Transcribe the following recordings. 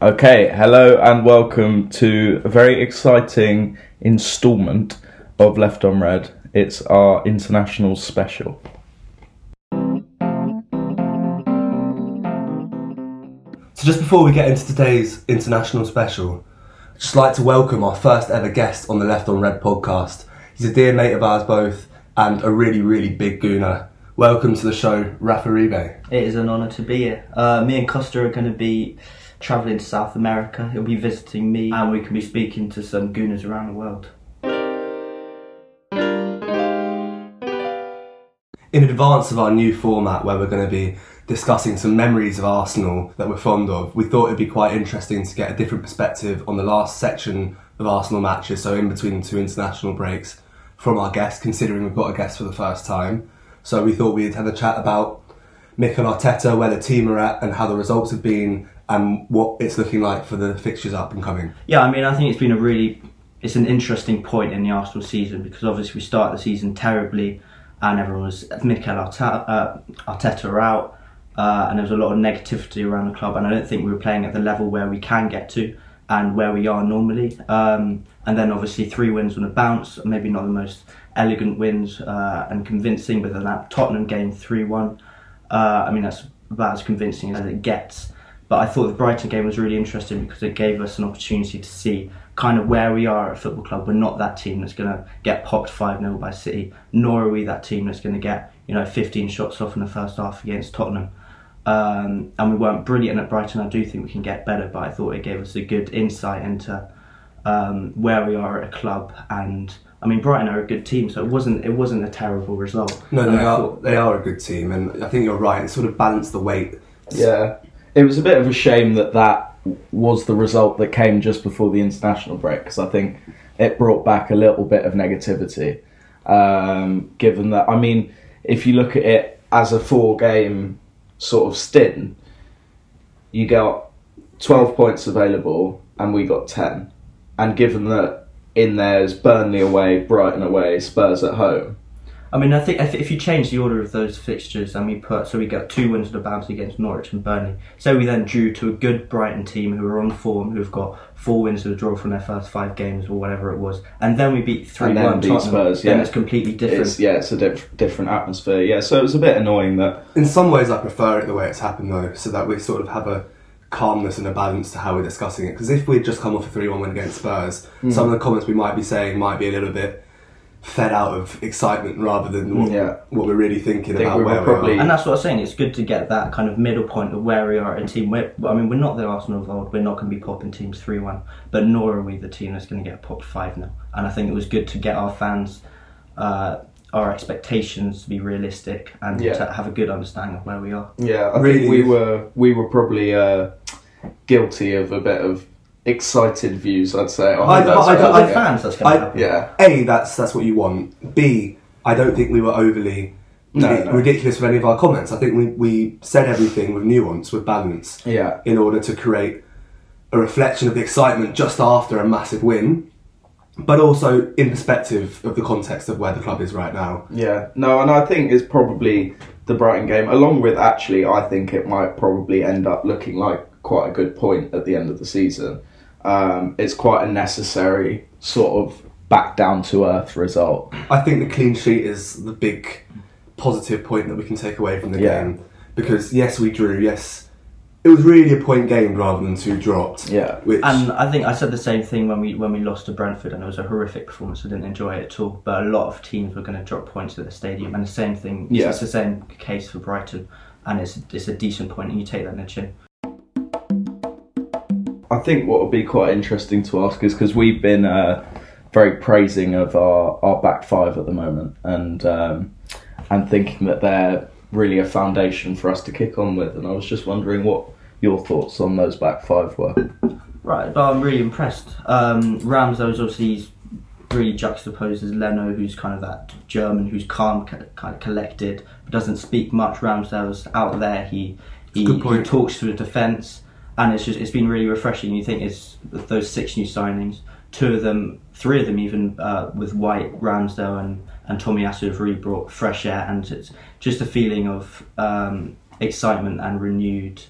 Okay, hello and welcome to a very exciting instalment of Left on Red. It's our international special. So just before we get into today's international special, I'd just like to welcome our first ever guest on the Left on Red podcast. He's a dear mate of ours both and a really, really big gooner. Welcome to the show, Rafa Ribe. It is an honour to be here. Uh, me and Costa are going to be travelling to South America. He'll be visiting me, and we can be speaking to some gooners around the world. In advance of our new format where we're going to be discussing some memories of Arsenal that we're fond of, we thought it'd be quite interesting to get a different perspective on the last section of Arsenal matches, so in between the two international breaks, from our guest, considering we've got a guest for the first time. So we thought we'd have a chat about Mikel Arteta, where the team are at, and how the results have been, and what it's looking like for the fixtures up and coming. Yeah, I mean, I think it's been a really, it's an interesting point in the Arsenal season because obviously we started the season terribly, and everyone was Mikel Arteta, uh, Arteta were out, uh, and there was a lot of negativity around the club, and I don't think we were playing at the level where we can get to and where we are normally. Um, and then obviously three wins on a bounce, maybe not the most elegant wins uh, and convincing, but then that Tottenham game three one. Uh, I mean, that's about as convincing as it gets. But I thought the Brighton game was really interesting because it gave us an opportunity to see kind of where we are at football club. We're not that team that's going to get popped 5 0 by City, nor are we that team that's going to get, you know, 15 shots off in the first half against Tottenham. Um, and we weren't brilliant at Brighton. I do think we can get better, but I thought it gave us a good insight into um, where we are at a club. And I mean, Brighton are a good team, so it wasn't it wasn't a terrible result. No, And they I are, thought- they are a good team, and I think you're right. It sort of balanced the weight. Yeah, it was a bit of a shame that that was the result that came just before the international break because I think it brought back a little bit of negativity. Um, given that, I mean, if you look at it as a four game sort of stint, you got 12 points available and we got 10. And given that in there's Burnley away, Brighton away, Spurs at home, I mean, I think if, if you change the order of those fixtures and we put, so we got two wins at a bounce against Norwich and Burnley. So we then drew to a good Brighton team who are on form, who've got four wins to a draw from their first five games or whatever it was. And then we beat 3 And 1 then beat Tottenham. Spurs, Then yeah. it's completely different. it's, yeah, it's a diff- different atmosphere. Yeah, so it was a bit annoying that In some ways, I prefer it the way it's happened, though, so that we sort of have a calmness and a balance to how we're discussing it. Because if we'd just come off a 3 1 win against Spurs, Hmm. some of the comments we might be saying might be a little bit fed out of excitement rather than what, Yeah. what we're really thinking Think about we were where probably- we are. And that's what I'm saying. It's good to get that kind of middle point of where we are at a team. We're, I mean, we're not the Arsenal of old. We're not going to be popping teams 3 1, but nor are we the team that's going to get popped 5 0. And I think it was good to get our fans, uh, our expectations to be realistic and Yeah. to have a good understanding of where we are. Yeah, I Really think we is- were we were probably uh, guilty of a bit of excited views. I'd say. on I- the first I- round. I- Our fans, that's going I- to happen. yeah, A, that's, that's what you want. B, I don't think we were overly No, ri- no. ridiculous with any of our comments. I think we, we said everything with nuance, with balance. yeah, in order to create a reflection of the excitement just after a massive win, but also in perspective of the context of where the club is right now. yeah. No, and I think it's probably the Brighton game, along with actually, I think it might probably end up looking like quite a good point at the end of the season. Um, it's quite a necessary sort of back down to earth result. I think the clean sheet is the big positive point that we can take away from the Yeah. game because yes, we drew. Yes, it was really a point game rather than two dropped. Yeah. which And I think I said the same thing when we when we lost to Brentford, and it was a horrific performance. I didn't enjoy it at all. But a lot of teams were going to drop points at the stadium, and the same thing. Yeah. It's the same case for Brighton, and it's it's a decent point, and you take that in the chin. I think what would be quite interesting to ask is because we've been uh, very praising of our, our back five at the moment, and um, and thinking that they're really a foundation for us to kick on with. And I was just wondering what your thoughts on those back five were. Right, but I'm really impressed. Um, Ramsdale is obviously really juxtaposed as Leno, who's kind of that German, who's calm, c- kind of collected, but doesn't speak much. Ramsdale's out there. He he, Good point. he talks to the defence, and it's just it's been really refreshing. You think it's those six new signings, two of them, three of them even uh, with White, Ramsdale, and and Tomiyasu have really brought fresh air, and it's just a feeling of um, excitement and renewed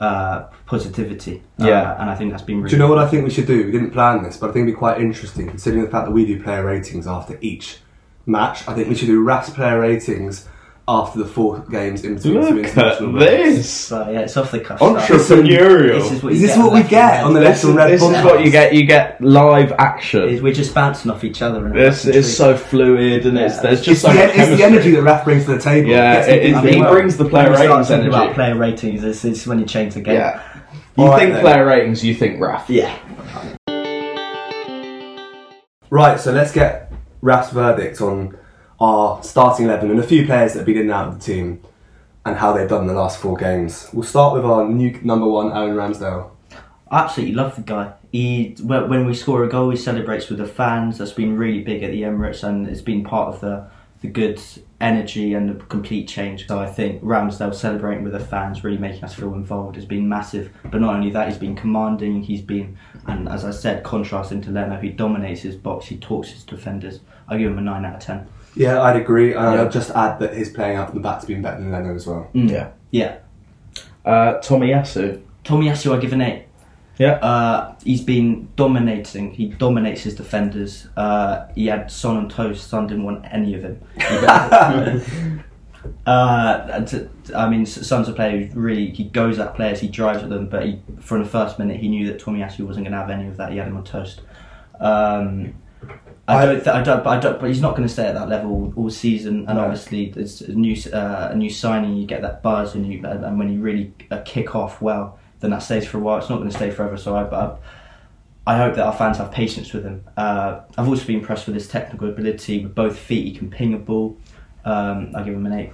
uh, positivity. Yeah. Uh, and I think that's been really Do you know what I think we should do? We didn't plan this, but I think it'd be quite interesting considering the fact that we do player ratings after each match. I think we should do RAS player ratings after the four games in between two Look international at breaks. this. So, yeah, it's off the cuff. stuff. Entrepreneurial. This is what, Is you this get what we left get and on the right. This Left is, and Red this is podcast. what you get. You get live action. Is We're just bouncing off each other. And This is so fluid, and it's Yeah. there's just It's, so the, much en- it's the chemistry. energy that Raf brings to the table. Yeah, Gets it people is- to he work. brings the player When you start ratings talking energy. about player ratings, this is when you change the game. yeah. You All right think then. player ratings, you think Raf. Yeah. Right, so let's get Raf's verdict on our starting 11 and a few players that have been in and out of the team and how they've done in the last four games. We'll start with our new number one, Aaron Ramsdale. I absolutely love the guy. He when when we score a goal, he celebrates with the fans. That's been really big at the Emirates, and it's been part of the the good energy and the complete change. So I think Ramsdale celebrating with the fans, really making us feel involved, has been massive. But not only that, he's been commanding. He's been, and as I said, contrasting to Leno, who dominates his box. He talks his defenders. I give him a nine out of ten. Yeah, I'd agree. And I'd just add that his playing out from the back's been better than Leno as well. Yeah. Yeah, Uh, Tomiyasu. Tomiyasu, I give an eight. Yeah. Uh, he's been dominating. He dominates his defenders. Uh, he had Son on toast. Son didn't want any of him. uh, and to- I mean, Son's a player who really he goes at players. He drives at them. But he, from the first minute, he knew that Tomiyasu wasn't going to have any of that. He had him on toast. Um, I, I- don't. Th- I don't. But I don't. But he's not going to stay at that level all, all season. And No. obviously, it's a new s- uh, a new signing. You get that buzz, and you and and when you really uh, kick off well, then that stays for a while. It's not going to stay forever. So I, but I, I hope that our fans have patience with him. Uh, I've also been impressed with his technical ability with both feet. He can ping a ball. Um, I give him an eight.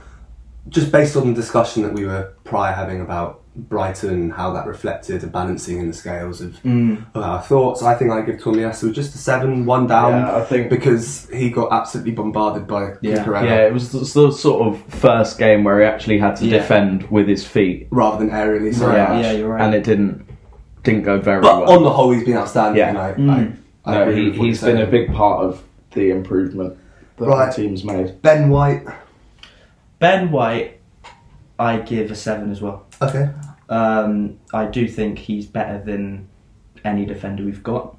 Just based on the discussion that we were prior having about Brighton and how that reflected a balancing in the scales of, Mm. of our thoughts, I think I'd give Tomiyasu just a 7, 1 down. Yeah, I think- Because he got absolutely bombarded by Yeah. Cucurella. Yeah, it was the, the sort of first game where he actually had to Yeah. defend with his feet. rather than aerially. Sorry, Yeah, Yeah, you're right. And it didn't didn't go very but well. on the whole, he's been outstanding. Yeah. Mm. and I, I, I no, agree he, with what he's you're been a saying. big part of the improvement that Right. the team's made. Ben White. Ben White, I give a seven as well. Okay, Um, I do think he's better than any defender we've got.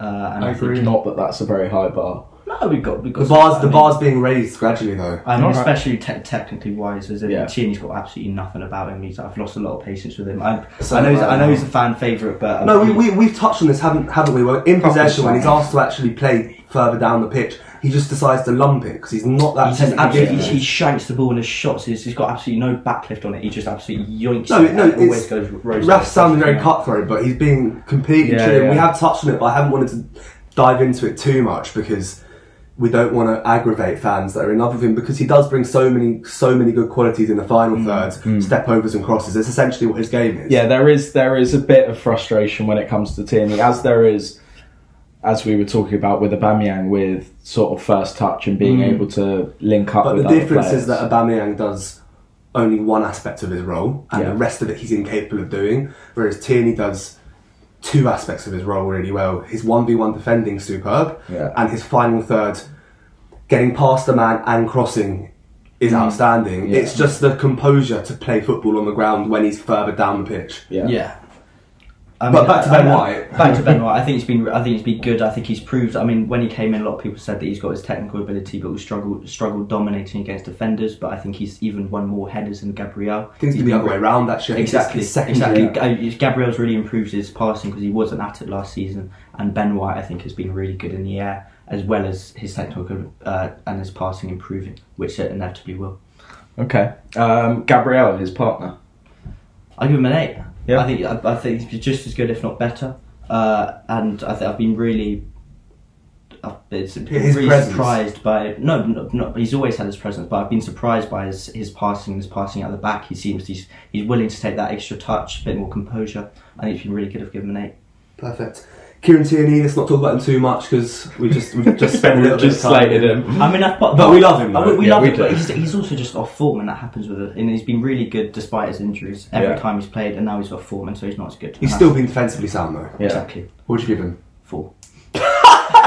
Uh, and I, I think agree. he- Not that that's a very high bar. No, we've got we've got the bars the I mean- bars being raised gradually though. I mean, Alright. especially te- technically wise, as in Yeah. Tierney's got absolutely nothing about him. He's, I've lost a lot of patience with him. I, So I know, he's, have I. I know he's a fan favourite, but um, No, we, he- we, we've touched on this, haven't, haven't we? Well, in Couple possession, when he's times. asked to actually play further down the pitch, he just decides to lump it because he's not that he's just technically absolutely, he, gifted. he shanks the ball and his shots. He's, he's got absolutely no backlift on it. He just absolutely yoinks. No, it and no, it always it's, goes. rose- Raf sounded very cutthroat, but he's being completely Yeah, true. We yeah. have touched on it, but I haven't wanted to dive into it too much because we don't want to aggravate fans that are in love with him because he does bring so many, so many good qualities in the final Mm, thirds, step overs and crosses. That's essentially what his game is. yeah, there is there is a bit of frustration when it comes to Tierney, as there is, as we were talking about with Aubameyang, with sort of first touch and being able to link up. Mm. But with the other difference players. is that Aubameyang does only one aspect of his role, and the Yeah. rest of it he's incapable of doing. Whereas Tierney does two aspects of his role really well: his one v one defending superb, Yeah. and his final third, getting past the man and crossing, is outstanding. Mm. Yeah. It's just the composure to play football on the ground when he's further down the pitch. yeah. Yeah. I But back to Ben I- I- White. Back to Ben White. I think it's been. I think it's been good. I think he's proved. I mean, when he came in, a lot of people said that he's got his technical ability, but will struggle struggle dominating against defenders. But I think he's even won more headers than Gabriel. Things to He's the been other way around. Actually, I think Exactly. His second Exactly. Uh, Gabriel's really improved his passing because he wasn't at it last season, and Ben White I think has been really good in the air as well as his technical uh, and his passing improving, which it inevitably will. Okay. Um, Gabriel, his partner. I give him an eight. Yeah. I think I, I think he's just as good, if not better. Uh, and I think I've been really, I've been s- His really presence. surprised by no, no, no, he's always had his presence, but I've been surprised by his, his passing, his passing out the back. He seems he's he's willing to take that extra touch, a bit more composure. I think he's been really good. I've given him an eight. Perfect. Kieran Tierney. Let's not talk about him too much because we just we just spent a little bit of just time. slated him. I mean, I've, But we love him, uh, We, we though. love Yeah, him, we but do. he's, he's also just off form, and that happens with it. And he's been really good despite his injuries every Yeah. time he's played, and now he's off form, and so he's not as good. He's And still that's- been defensively sound though. Yeah. exactly What would you give him? four.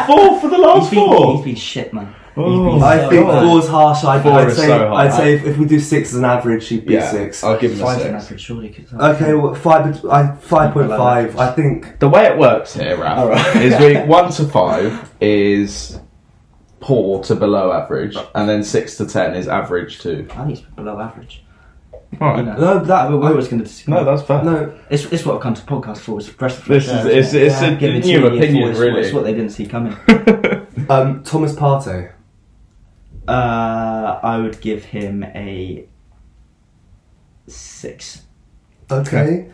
Four for the last He's been, Oh, four. he's been shit, man. Oh, I think God. four's harsh. I'd, Four I'd is say so high. I'd say if, if we do six as an average, she'd be Yeah, six. I'll give him a Five's an six. average, surely. 'cause that's- Okay, well, five. bet- I five point five. I think The way it works here, Raf, All right. is we one to five is poor to below average, and then six to ten is average to. I think it's below average. All You know, no. That I was going to disagree. No, that's fair. no. It's, it's what I've come to podcast for. It's fresh. This is it's, it's a Give it to new you, opinion, it's what- really. It's what they didn't see coming. Um, Thomas Partey. Uh, I would give him a six. Okay.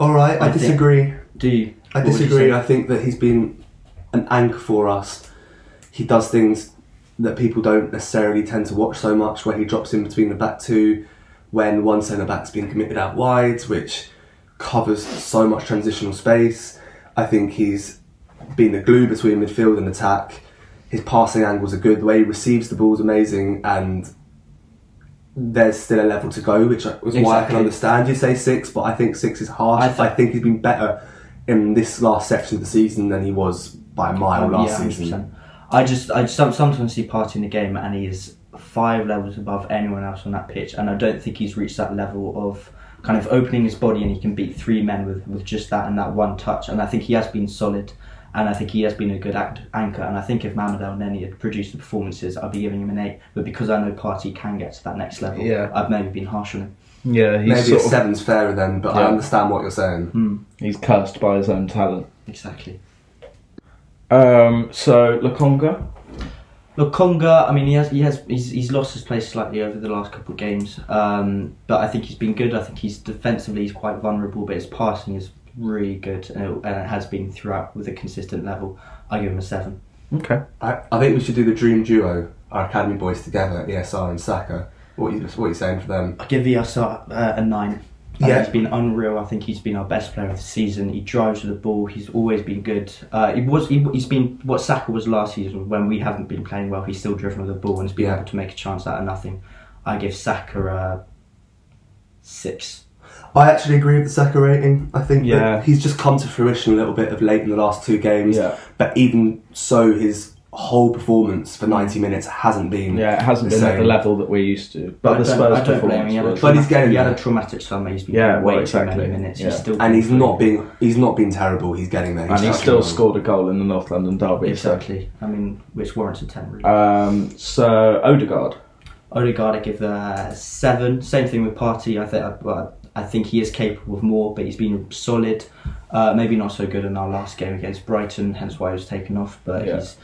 All right. I, I think- disagree. Do you? I What would you disagree. say? I think that he's been an anchor for us. He does things that people don't necessarily tend to watch so much, where he drops in between the back two when one centre back's been committed out wide, which covers so much transitional space. I think he's been the glue between midfield and attack. His passing angles are good. The way he receives the ball is amazing, and there's still a level to go, which was why I can Exactly. understand you say six, but I think six is harsh. I, I thi- think he's been better in this last section of the season than he was by a mile Um, last yeah, season. 100%. I just, I some- sometimes see Party in the game, and he is five levels above anyone else on that pitch, and I don't think he's reached that level of kind of opening his body, and he can beat three men with with just that and that one touch. And I think he has been solid, and I think he has been a good act, anchor. And I think if Mohamed El Neni had produced the performances, I'd be giving him an eight. But because I know Party can get to that next level, Yeah. I've maybe been harsh on him. yeah, he's Maybe a sort of- seven's fairer then, but I Yeah. Hmm. understand what you're saying. he's cursed by his own talent. Exactly. Um, so Lukonga, Look, Conga. I mean, he has he has he's, he's lost his place slightly over the last couple of games, um, but I think he's been good. I think he's defensively he's quite vulnerable, but his passing is really good, and it, and it has been throughout with a consistent level. I give him a seven. okay, I, I think we should do the dream duo, our academy boys together, ESR and Saka. What you what are you saying for them? I give ESR uh, a nine. I Yeah. think he's been unreal. I think he's been our best player of the season. He drives with the ball. He's always been good. Uh, he was. He, he's been what Saka was last season when we haven't been playing well. He's still driven with the ball and has been Yeah. able to make a chance out of nothing. I give Saka a six. I actually agree with the Saka rating. I think Yeah. that he's just come to fruition a little bit of late in the last two games. Yeah. But even so, his whole performance for 90 minutes hasn't been. yeah, it hasn't the been at the same. level that we're used to, but I the don't- Spurs I don't blame him. performance. He had a was- But he's traumatic- getting he had there. a traumatic summer. He's been Yeah, yeah, way well, too exactly. many minutes. Yeah. He's still And he's not being he's not been terrible. He's getting there. and he He's still struggling. scored a goal in the North London derby. so- exactly. I mean, which warrants a ten. Really. Um, so Odegaard, Odegaard, I give a seven. Same thing with Party. I think I, I think he is capable of more, but he's been solid. Uh, maybe not so good in our last game against Brighton, hence why he was taken off. But Yeah. he's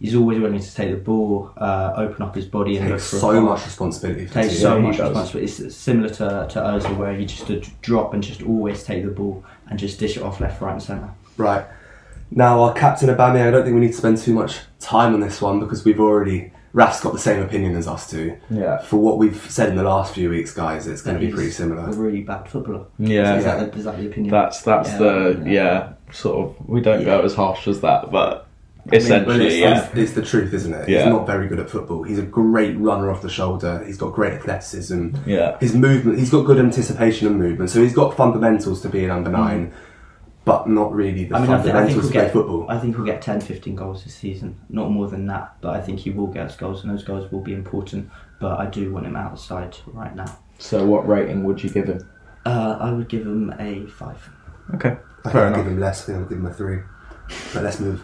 he's always willing to take the ball, uh, open up his body, and Takes look for so a pass. much responsibility. For takes the so he team. much does. responsibility. It's similar to to Ozil, where you just d- drop and just always take the ball and just dish it off left, right, and centre. Right. Now, our captain Aubameyang, I don't think we need to spend too much time on this one because we've already Raf's got the same opinion as us two. Yeah. For what we've said in the last few weeks, guys, it's going to be He's pretty A similar. really bad footballer. Yeah. is that, the, is that the opinion? that's that's Yeah, the yeah. yeah. sort of we don't go as harsh as that, but Well, essentially it's, yeah. it's, it's the truth, isn't it? Yeah. He's not very good at football. He's a great runner off the shoulder. He's got great athleticism. Yeah. His movement, he's got good anticipation and movement. So he's got fundamentals to be an number Mm. nine, but not really the I mean, I, thi- I think fundamentals we'll to play get. football. I think we'll get 10, 15 goals this season. Not more than that, but I think he will get us goals, and those goals will be important. But I do want him outside right now. So what rating would you give him? Uh, I would give him a five. Okay. I think Fair I'll enough. give him less. I think I'll give him a three. But let's move.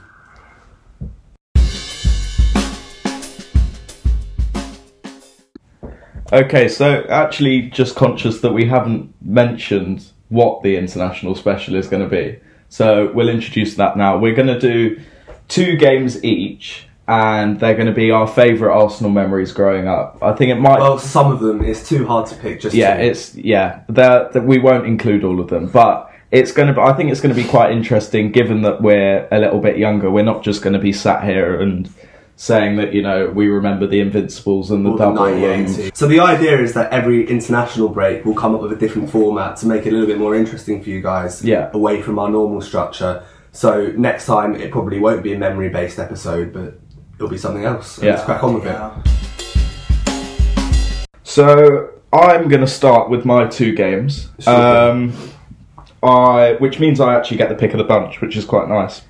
Okay, so actually just conscious that we haven't mentioned what the international special is going to be. So we'll introduce that now. We're going to do two games each and they're going to be our favorite Arsenal memories growing up. I think it might Well, some of them it's too hard to pick. Just yeah two. it's yeah that that we won't include all of them but it's going to be i think it's going to be quite interesting given that we're a little bit younger we're not just going to be sat here and saying that you know we remember the invincibles and the Or the double 98. and- So the idea is that every international break will come up with a different format to make it a little bit more interesting for you guys. Yeah. Away from our normal structure. So next time it probably won't be a memory based episode, but it'll be something else. And Yeah. Let's crack on with it. so i'm going to start with my two games Sure. um i which means i actually get the pick of the bunch which is quite nice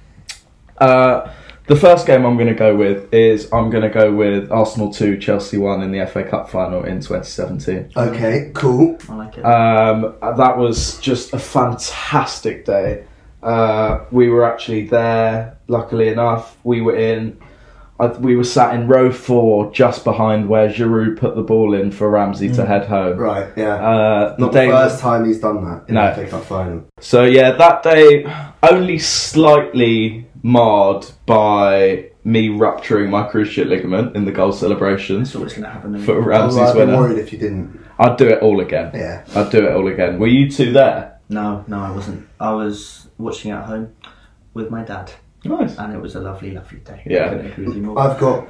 uh The first game I'm going to go with is I'm going to go with Arsenal 2, Chelsea 1 in the FA Cup final in 2017. Okay, cool. I like it. Um, that was just a fantastic day. Uh, we were actually there, luckily enough. We were in, I, we were sat in row four, just behind where Giroud put the ball in for Ramsey to head home. Mm. Right, yeah. Uh, Not day- the first time he's done that in No. the FA Cup final. So yeah, that day only slightly marred by me rupturing my cruciate ligament in the goal celebrations That's what's going to happen. for Although Ramsey's I'd be winner. worried if you didn't. I'd do it all again. Yeah. I'd do it all again. Were you two there? No, no, I wasn't. I was watching at home with my dad, Nice. and it was a lovely, lovely day. Yeah. I couldn't agree with you more. I've got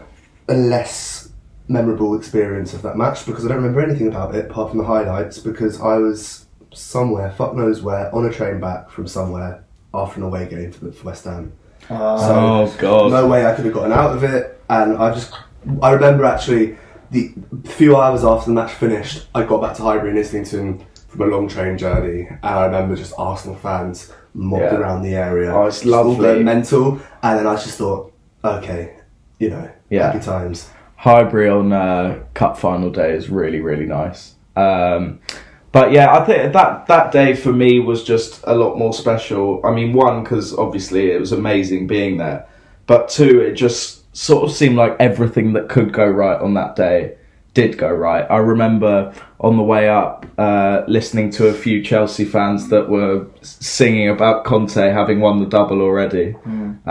a less memorable experience of that match because I don't remember anything about it apart from the highlights because I was somewhere, fuck knows where, on a train back from somewhere after an away game for, the, for West Ham. Oh, So- Oh god. no way I could have gotten out of it. And I just, I remember actually the few hours after the match finished, I got back to Highbury and Islington from a long train journey, and I remember just Arsenal fans mobbed Yeah. around the area. Oh, it's just all lovely. going mental, and then I just thought, okay, you know, Yeah. happy times. Highbury on uh, cup final day is really really nice. Um, but yeah, I think that that day for me was just a lot more special. I mean, one because obviously it was amazing being there, but two, it just sort of seemed like everything that could go right on that day did go right. I remember on the way up uh, listening to a few Chelsea fans that were s- singing about Conte having won the double already, um,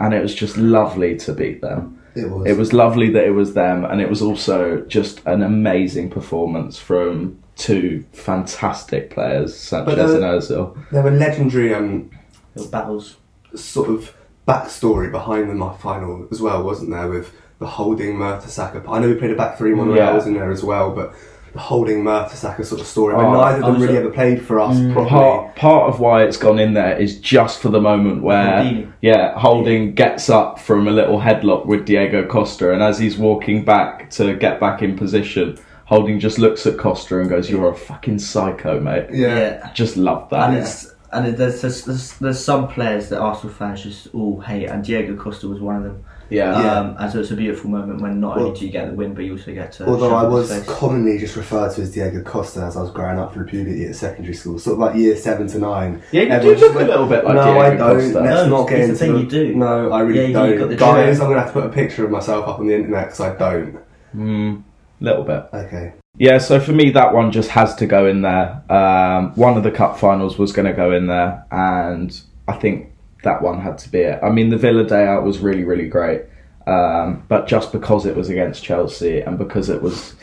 and it was just lovely to beat them. It was. It was lovely that it was them, and it was also just an amazing performance from two fantastic players, Sanchez But, uh, and Ozil. There were legendary um, little battles. sort of backstory behind the mo- final as well, wasn't there? With the holding Mertesacker. I know we played a back three one when Yeah. I was in there as well, but the holding Mertesacker sort of story. where Oh, Mm. neither of them really absolutely. ever played for us properly. Part part of why it's gone in there is just for the moment where Holding. yeah, Holding gets up from a little headlock with Diego Costa, and as he's walking back to get back in position, Holding just looks at Costa and goes, "You're a fucking psycho, mate." Yeah. Just love that. and it's and it, there's, there's there's there's some players that Arsenal fans just all hate, and Diego Costa was one of them. yeah. Yeah. Um, and so it's a beautiful moment when not Well- only do you get the win, but you also get to. Although show I his was face. commonly just referred to as Diego Costa as I was growing up through puberty at secondary school, sort of like year seven to nine. Yeah, you do Everyone just look a little bit like no, Diego I don't. Costa." Let's No, not get it's the into thing you do. No, I really Yeah, you've don't. got the Guys, genes. I'm gonna have to put a picture of myself up on the internet because I don't. Mm, little bit. Okay. Yeah, so for me, that one just has to go in there. Um, one of the cup finals was going to go in there, and I think that one had to be it. I mean, the Villa day out was really, really great, um, but just because it was against Chelsea and because it was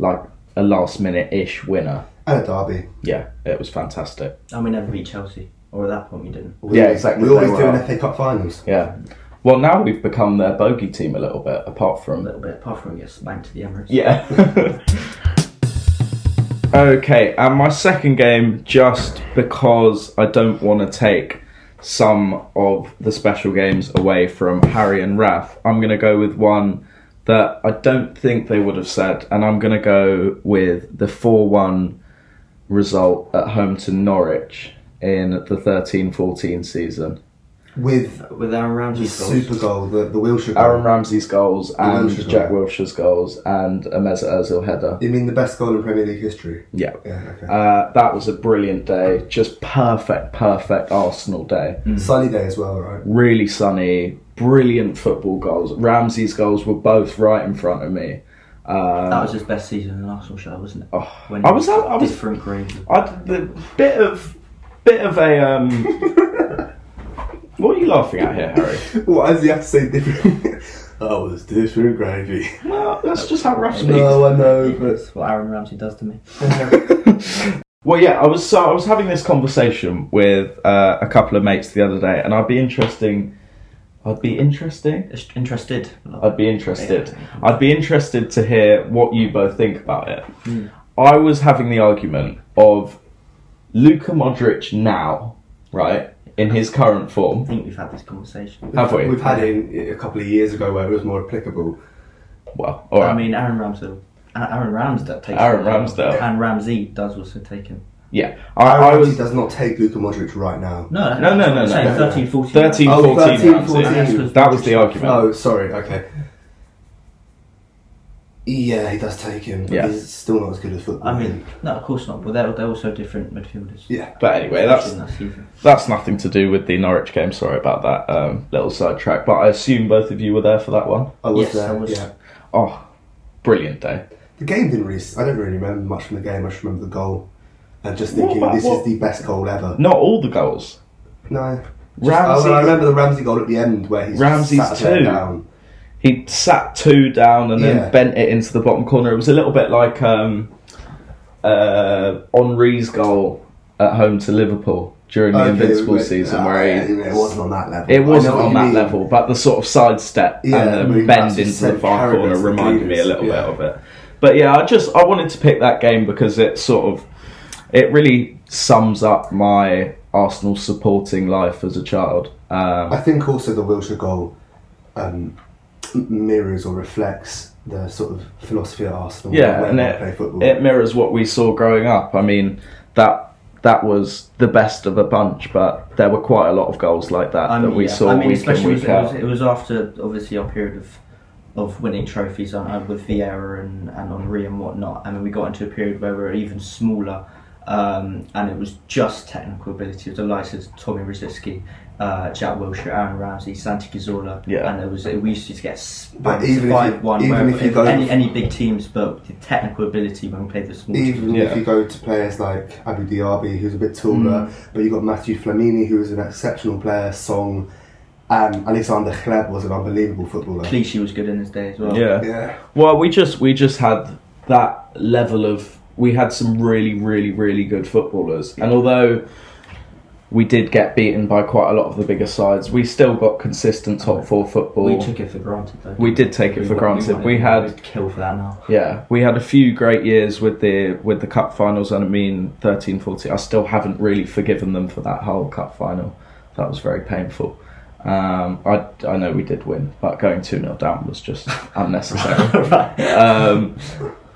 like a last minute ish winner, And a derby. yeah, it was fantastic. and we never beat Chelsea, or at that point we didn't. We Yeah, always- exactly, We always they do were. in FA Cup finals. Yeah. Well, now we've become their bogey team a little bit, apart A from little bit apart from get spanked to the Emirates. Yeah. okay, and my second game, just because I don't want to take some of the special games away from Harry and Raf, I'm going to go with one that I don't think they would have said, and I'm going to go with the 4 1 result at home to Norwich in the 13 14 season. With With Aaron The Ramsey's goals. super goal, the, the Wilshire goal. Aaron Ramsey's goals and Wilshere goal. Jack Wilshere's goals and a Mesut Ozil header. you mean the best goal in Premier League history? Yeah. Yeah, okay. Uh, that was a brilliant day. Just perfect, perfect Arsenal day. Sunny day as well, right? Really sunny, brilliant football goals. Ramsey's goals were both right in front of me. That Uh, was his best season in Arsenal, show, wasn't it? Oh, when I he was- I was- different grades. of- I, the bit of bit of a um. what are you laughing at here, Harry? Why does he have to say different? oh, was different gravy. Well, that's just how Raf speaks. No, I know, but That's what Aaron Ramsey does to me. Well, yeah, I was so I was having this conversation with uh, a couple of mates the other day, and I'd be interesting. I'd be interesting. It's interested. I'd be interested. I'd be interested to hear what you both think about it. Hmm. I was having the argument of Luka Modric now, right, in his current I form. think we've had this conversation. Have we? We've had it a couple of years ago where it was more applicable. Well, all right. I mean, Aaron Ramsdale. A- Aaron Ramsdale takes Aaron him. Ramsdale. And Ramsey does also take him. Yeah, I, I was does not take Luka Modric right now. No, that's No, no, what I'm no, no, saying, no, no. 13, 14. 13, Oh, 14, 13, Ramsey. 14. That's 'cause That was the argument. Oh, sorry. Okay. Yeah, he does take him. but Yeah. he's still not as good as football. I mean, no, of course not. But they're, they're also different midfielders. yeah. But anyway, that's in that season. that's nothing to do with the Norwich game. Sorry about that um, little sidetrack. But I assume both of you were there for that one. I was Yes, there. I was. Yeah. Oh, brilliant day. The game didn't really. I don't really remember much from the game. I just remember the goal, and just thinking about- this is what- the best goal ever. Not all the goals. No. Just, oh, Ramsey- I, I remember the Ramsey goal at the end where he's Ramsey's sat there two. down. He sat two down and then Yeah. bent it into the bottom corner. It was a little bit like um, uh, Henri's goal at home to Liverpool during the Okay, Invincible wait, season, ah, where he, yeah, it wasn't on that level. It I wasn't know what on you that mean. level, but the sort of sidestep Yeah, and where the you bend actually into the sent far carriers corner to reminded me a cleaners, little yeah. bit of it. But yeah, I just I wanted to pick that game because it sort of it really sums up my Arsenal supporting life as a child. Um, I think also the Wilshire goal um, m- mirrors or reflects the sort of philosophy at Arsenal. yeah, where and they it, play football. it mirrors what we saw growing up. I mean that that was the best of a bunch, but there were quite a lot of goals like that I that mean, we Um, yeah. saw I mean, week in especially week it, was, out. it was after obviously our period of of winning trophies uh, with Vieira and and Henri and whatnot. I mean, we got into a period where we were even smaller, um, and it was just technical ability of the likes of Tommy Rosicky, uh, Jack Wilshere, Aaron Ramsey, Santi Cazorla. Yeah. and it was we used to get But even if you- five one. even if you go- any any big teams, but the technical ability when we played the small teams. Even Yeah. Mm. if you go to players like Abu Dhabi, who's a bit taller, but you've got Matthew Flamini, who is an exceptional player, Song, um, Alexander Kleb was an unbelievable footballer. Clichy was good in his day as well. yeah. Yeah. Well, we just we just had that level of we had some really really really good footballers, and although we did get beaten by quite a lot of the bigger sides, we still got consistent top four football. We took it for granted though. We did take it for wa- granted. wanted- We had we'd kill for that now. yeah, we had a few great years with the with the cup finals, and I mean 13, 14. I still haven't really forgiven them for that whole cup final. That was very painful. Um, I I know we did win, but going two 0 down was just unnecessary. um,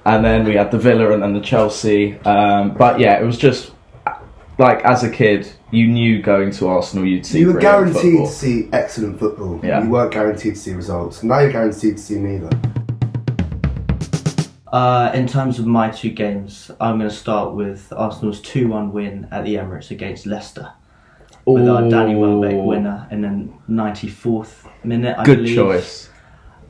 and then we had the Villa and then the Chelsea. Um, but yeah, it was just like as a kid, you knew going to Arsenal, you'd see. you were brilliant guaranteed football. to see excellent football. Yeah. You weren't guaranteed to see results. Now you're guaranteed to see neither. Uh, in terms of my two games, I'm going to start with Arsenal's 2 1 win at the Emirates against Leicester. With our Danny Welbeck Ooh. winner in the 94th minute. I Good believe. choice.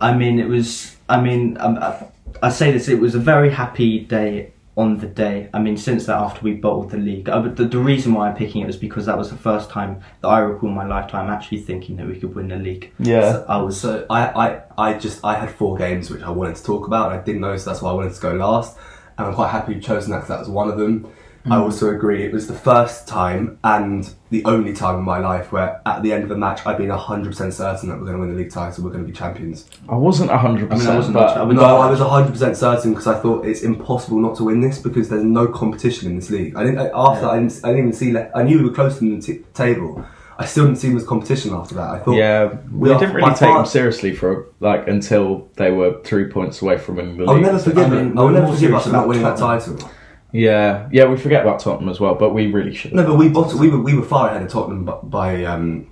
I mean, it was. I mean, um, I, I say this. It was a very happy day on the day. I mean, since that after we bottled the league, uh, but the, the reason why I'm picking it was because that was the first time that I recall in my lifetime actually thinking that we could win the league. Yeah. So I was. So I, I, I just I had four games which I wanted to talk about and I didn't know so that's why I wanted to go last and I'm quite happy you've chosen that because that was one of them. I also agree it was the first time and the only time in my life where at the end of a match I'd been 100% certain that we're going to win the league title, we're going to be champions. I wasn't hundred I mean, I percent, wasn't but actually- I No, I was 100% certain because I thought it's impossible not to win this because there's no competition in this league. I didn't I- after I, didn't, I didn't even see Le- I knew we were close to the t- table. I still didn't see them as competition after that. I thought yeah, we are didn't by really take far- them seriously for like until they were three points away from winning the I'll league. never forgive I mean, him. I'll we're never more forgive us serious for not about winning that Tottenham. title. yeah, yeah, we forget about Tottenham as well, but we really should. No, but we bottled, we were we were far ahead of Tottenham by, by um,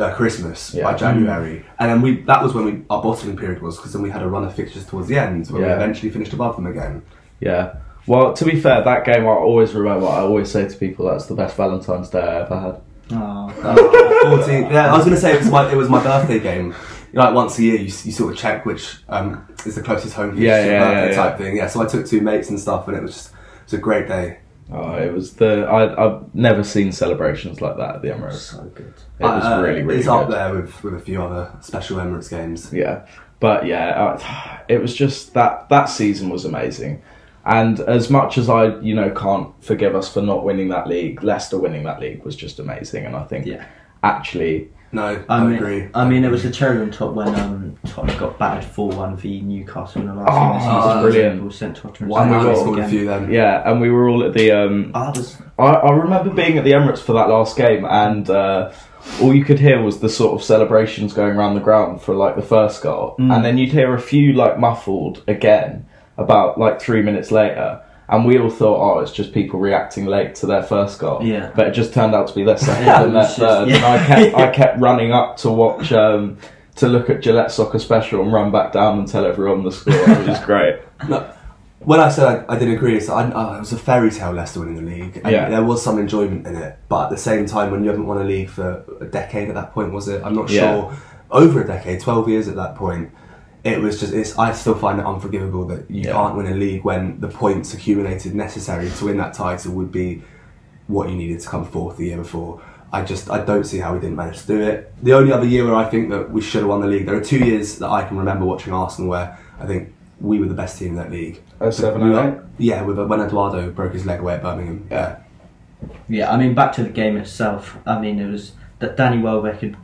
uh, Christmas Yeah. Mm. by January, and then we that was when we our bottling period was because then we had a run of fixtures towards the end where Yeah. we eventually finished above them again. Yeah. Well, to be fair, that game I always remember. I always say to people that's the best Valentine's Day I ever had. Oh, Fourteen. Yeah, I was gonna say it was my it was my birthday game. Like once a year, you, s- you sort of check which um, is the closest home fixture Yeah, to your yeah, birthday yeah, type thing. Yeah, so I took two mates and stuff, and it was just it was a great day. Oh, it was the I, I've never seen celebrations like that at the Emirates. so good. It was Uh, really, really it's good. up there with with a few other special Emirates games. Yeah, but yeah, I, it was just that that season was amazing. And as much as I, you know, can't forgive us for not winning that league, Leicester winning that league was just amazing. And I think, Yeah. actually, No, I, I mean, agree. I mean, there was a cherry on top when um, Tottenham got battered 4 1 v Newcastle in the last Oh, game of the season. that's brilliant. People sent Tottenham Why we not? were We all scored a few then. yeah, and we were all at the. Um, Ah, there's- I, I remember being at the Emirates for that last game, and uh, all you could hear was the sort of celebrations going around the ground for like the first Mm. goal, and then you'd hear a few like muffled again about like three minutes later, And we all thought, oh, it's just people reacting late to their first goal. Yeah. But it just turned out to be their second Yeah, and their it's just- third. yeah. And I kept, I kept running up to watch, um, to look at Gillette Soccer Special and run back down and tell everyone the score. It was great. When I said I, I did agree, so I, uh, it was a fairy tale Leicester winning the league. And Yeah. There was some enjoyment in it, but at the same time, when you haven't won a league for a decade at that point, was it? I'm not Yeah. sure. Over a decade, 12 years at that point, it was just, it's, I still find it unforgivable that you Yeah. can't win a league when the points accumulated necessary to win that title would be what you needed to come fourth the year before. I just I don't see how we didn't manage to do it. The only other year where I think that we should have won the league, there are two years that I can remember watching Arsenal where I think we were the best team in that league. Oh, seven, oh, We were- eight? Yeah, with, when Eduardo broke his leg away at Birmingham. Yeah. Yeah, I mean, back to the game itself. I mean, it was that Danny Welbeck had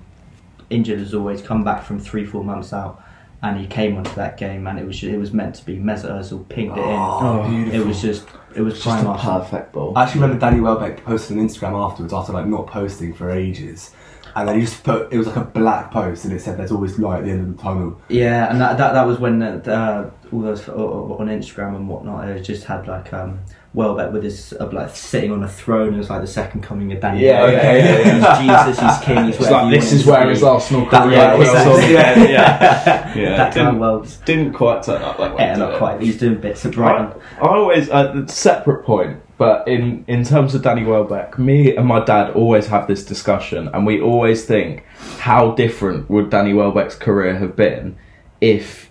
injured as always, come back from three, four months out, and he came onto that game, and it was it was meant to be Mesut Ozil pinged it in. Oh, Oh, beautiful. It was just it was Just prime a Arsenal. perfect ball. I actually remember Danny Welbeck posted on Instagram afterwards after like not posting for ages. And then he just put it was like a black post and it said there's always light at the end of the tunnel. Yeah, and that that, that was when uh, the, uh, all those uh, on Instagram and whatnot, it just had like um, Welbeck with his uh, like sitting on a throne. It was like the second coming of Danny. Yeah, Welbeck. yeah, yeah, He's Jesus, he's king. He's It's whatever like, you this want is him to where be. his Arsenal That- career yeah, kills off. exactly. Yeah, yeah. That kind of didn't, world. didn't quite turn up that way. Yeah, did not it? quite. He's doing bits of I, Brighton. I always uh, separate point, but in in terms of Danny Welbeck, me and my dad always have this discussion, and we always think how different would Danny Welbeck's career have been if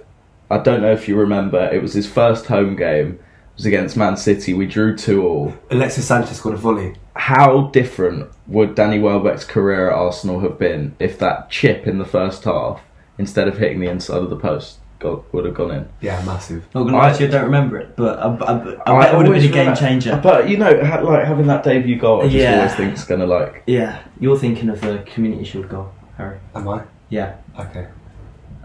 I don't know if you remember, it was his first home game it was against Man City. We drew two all. Alexis Sanchez scored a volley. How different would Danny Welbeck's career at Arsenal have been if that chip in the first half, instead of hitting the inside of the post, got, would have gone in? Yeah, massive. Not gonna I- lie to you, I don't remember it, but I, I, I, bet it would have always been a game remember- changer. But you know, ha- like having that debut goal, I just Yeah. always think it's gonna like. Yeah, you're thinking of the Community Shield goal, Harry. Am I? Yeah, Okay.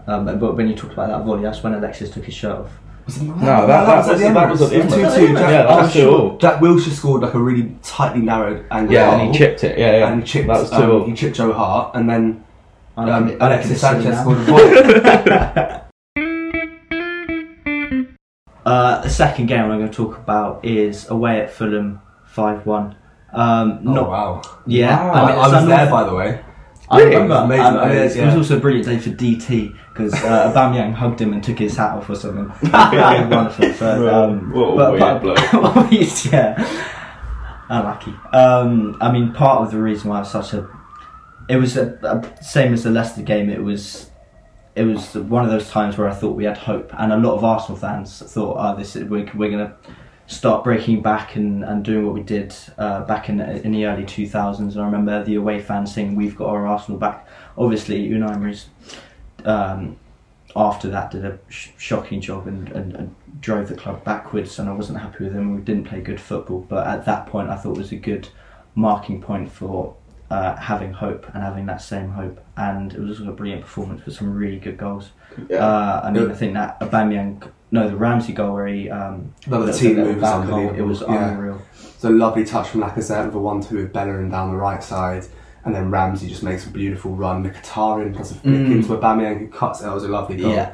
um, but- but when you talked about that volley, that's when Alexis took his shirt off. Was it no, that- that was- that was at the It was Emirates. 2-2. Yeah, Jack, that was I'm sure 2-2. Jack Wilshere scored like a really tightly narrowed angle. Yeah, goal, and he chipped it. Yeah, yeah. And he chipped, that was two. um, all. he chipped Joe Hart, and then I'm um, looking- I'm Alexis looking at Sanchez this scored now. a volley. Uh, the second game I'm going to talk about is away at Fulham, five-one. Um, oh, not wow. yeah. Wow. I, I mean, it's was there, unlawful- by the way. I Really? remember. It was amazing. um, I mean, it's- It was Yeah. also a brilliant day for DT because uh, Aubameyang hugged him and took his hat off or something. Really wonderful. So, um, What a weird he's- yeah, unlucky. Um, I mean, part of the reason why I was such a it was a, a, same as the Leicester game. It was it was one of those times where I thought we had hope, and a lot of Arsenal fans thought, "Oh, this is, we're we're gonna." Start breaking back and, and doing what we did uh, back in in the early 2000s. And I remember the away fans saying, We've got our Arsenal back. Obviously, Unai Emery's um, after that did a sh- shocking job and, and, and drove the club backwards and I wasn't happy with him. We didn't play good football, but at that point I thought it was a good marking point for uh, having hope and having that same hope. And it was also a brilliant performance with some really good goals. Uh, I mean, I think that Aubameyang, no, the Ramsey goal where he um, That was a the- team the- move, it was that goal, unbelievable. It was Yeah. unreal. It's a lovely touch from Lacazette with a 1 2 with Bellerin down the right side. And then Ramsey just makes a beautiful run. Mkhitaryan plus a flick Mm. into Aubameyang who cuts it. That was a lovely goal. Yeah.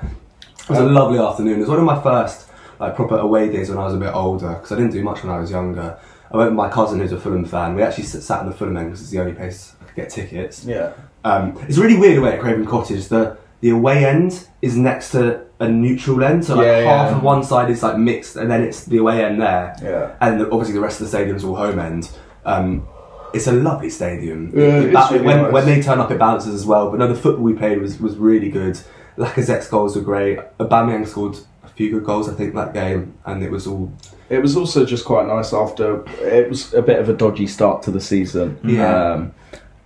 It was a lovely afternoon. It was one of my first like proper away days when I was a bit older because I didn't do much when I was younger. I went with my cousin who's a Fulham fan. We actually s- sat in the Fulham end because it's the only place I could get tickets. Yeah. Um, it's really weird away at Craven Cottage. The the away end is next to a neutral end, so like Yeah, half yeah. of one side is like mixed, and then it's the away end there. Yeah. And the, obviously the rest of the stadium's all home end. Um, it's a lovely stadium. Yeah, It- it it's ba- really when, nice. when they turn up, it bounces as well. But no, the football we played was, was really good. Lacazette's goals were great. Aubameyang scored a few good goals, I think, that game, and it was all It was also just quite nice after. It was a bit of a dodgy start to the season. Yeah. Um,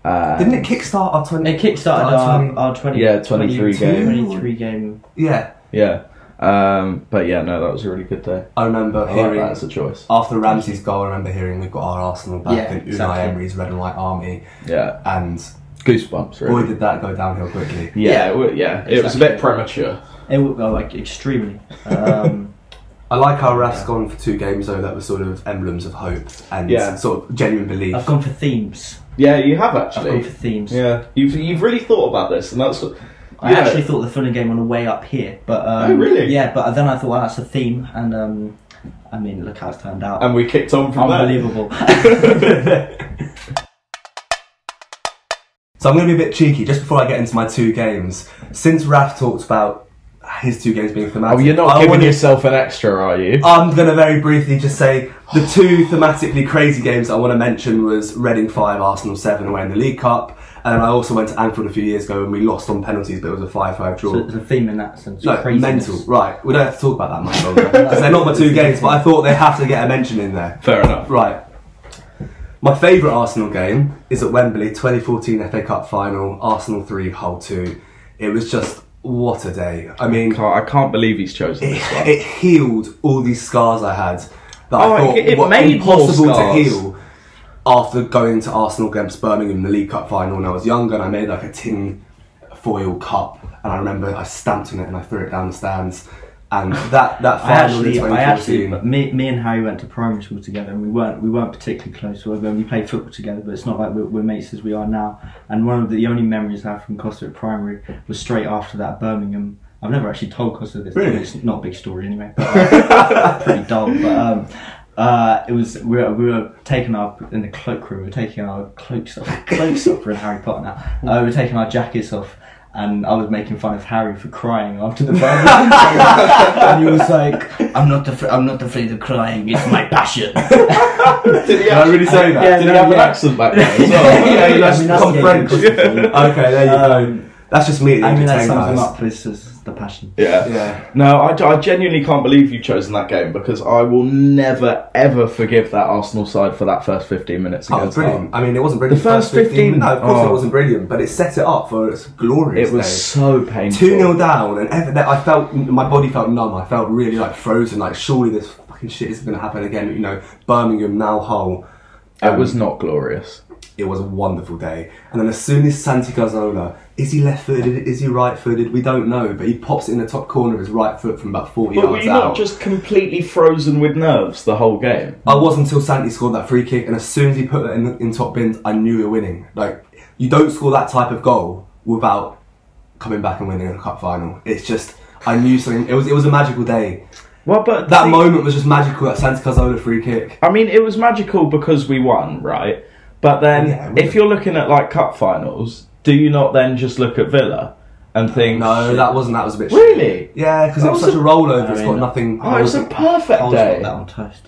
uh, Didn't it kickstart our 20? It kickstarted our, our 20, Yeah, 23 game. 23 game. Yeah, Yeah. Um, but yeah, no, that was a really good day. I remember I like hearing that as a choice. after Ramsey's goal. I remember hearing we've got our Arsenal back Yeah, and Unai exactly. Emery's red and white army, Yeah. and Goosebumps. Really. boy did that go downhill quickly. yeah. Yeah. It, wa- yeah. It was a Exactly. bit premature. It was well, like extremely. Um, I like how refs gone for two games though that were sort of emblems of hope and Yeah. sort of genuine belief. I've gone for themes. Yeah, you have I've gone actually. for themes. Yeah, you've you've really thought about this, and that's. I Yeah. actually thought the Fulham game on the way up here, but um, Oh, really? Yeah, but then I thought, well, that's a theme, and um, I mean, look how it's turned out. and we kicked on Um, from Unbelievable. So I'm going to be a bit cheeky just before I get into my two games. Since Raf talked about his two games being there. thematic, Oh, you're I not giving wanna- yourself an extra, are you? I'm going to very briefly just say the two thematically crazy games I want to mention was Reading 5, Arsenal 7 away in the League Cup. And I also went to Anfield a few years ago and we lost on penalties, but it was a 5-5 draw. so there's a theme in that sense. No, Craziness. mental. Right, we don't have to talk about that much longer because they're not my two games. But I thought they have to get a mention in there. Fair enough. Right. My favourite Arsenal game is at Wembley, 2014 FA Cup final, Arsenal three, Hull two. It was just what a day. I mean, Can't- I can't believe he's chosen it, this one. it healed all these scars I had that Oh, I thought it- it were made more impossible to scars. heal. After going to Arsenal against Birmingham in the League Cup final when I was younger, and I made like a tin foil cup, and I remember I stamped on it and I threw it down the stands, and that that I final in actually, I actually, 2014. but me, me and Harry went to primary school together, and we weren't, we weren't particularly close. Although we played football together, but it's not like we're, we're mates as we are now. And one of the only memories I have from Costa at primary was straight after that Birmingham. I've never actually told Costa this. Really? It's not a big story anyway. But, uh, pretty dull, but. Um, uh, it was we were, we were taking our in the cloakroom. We were taking our cloaks off. Cloaks off. We're in Harry Potter now. Uh, we were taking our jackets off, and I was making fun of Harry for crying after the Birmingham game and he was like, "I'm not, afraid. I'm not afraid of crying. It's my passion." Did he Did I really say Yeah, that? Did he no, have an yeah. accent back then as Yeah, well? yeah, yeah, I mean, that's come the French. Asian culture. okay, there you go. Um, That's just me. at the I age mean, of that 10, sums him guys. up. It's just the passion. Yeah. Yeah. No, I, I genuinely can't believe you've chosen that game because I will never, ever forgive that Arsenal side for that first 15 minutes Oh, against brilliant. them. I mean, it wasn't brilliant. The first 15 No, of course it oh. wasn't brilliant, but it set it up for its glorious It was so painful. 2 0 down, and ever, I felt my body felt numb. I felt really like frozen. Like, surely this fucking shit isn't going to happen again. You know, Birmingham, now Hull. Um, It was not glorious. It was a wonderful day. And then as soon as Santi Gazzola, is he left footed? Is he right footed? We don't know, but he pops it in the top corner of his right foot from about 40 But yards were you out. not just completely frozen with nerves the whole game? I was until Santi scored that free kick, and as soon as he put that in, in top bins, I knew we were winning. Like, you don't score that type of goal without coming back and winning a cup final. It's just, I knew something. It was, it was a magical day. Well, but That the- moment was just magical. That Santi Cazorla free kick. I mean, it was magical because we won, right? But then, Yeah, we- if you're looking at like cup finals, do you not then just look at Villa and think, No, that wasn't. That was a bit. Really? Yeah, because it That was was such a- a rollover. I It's got mean, nothing. Oh, it was a perfect I'll put day. that on toast.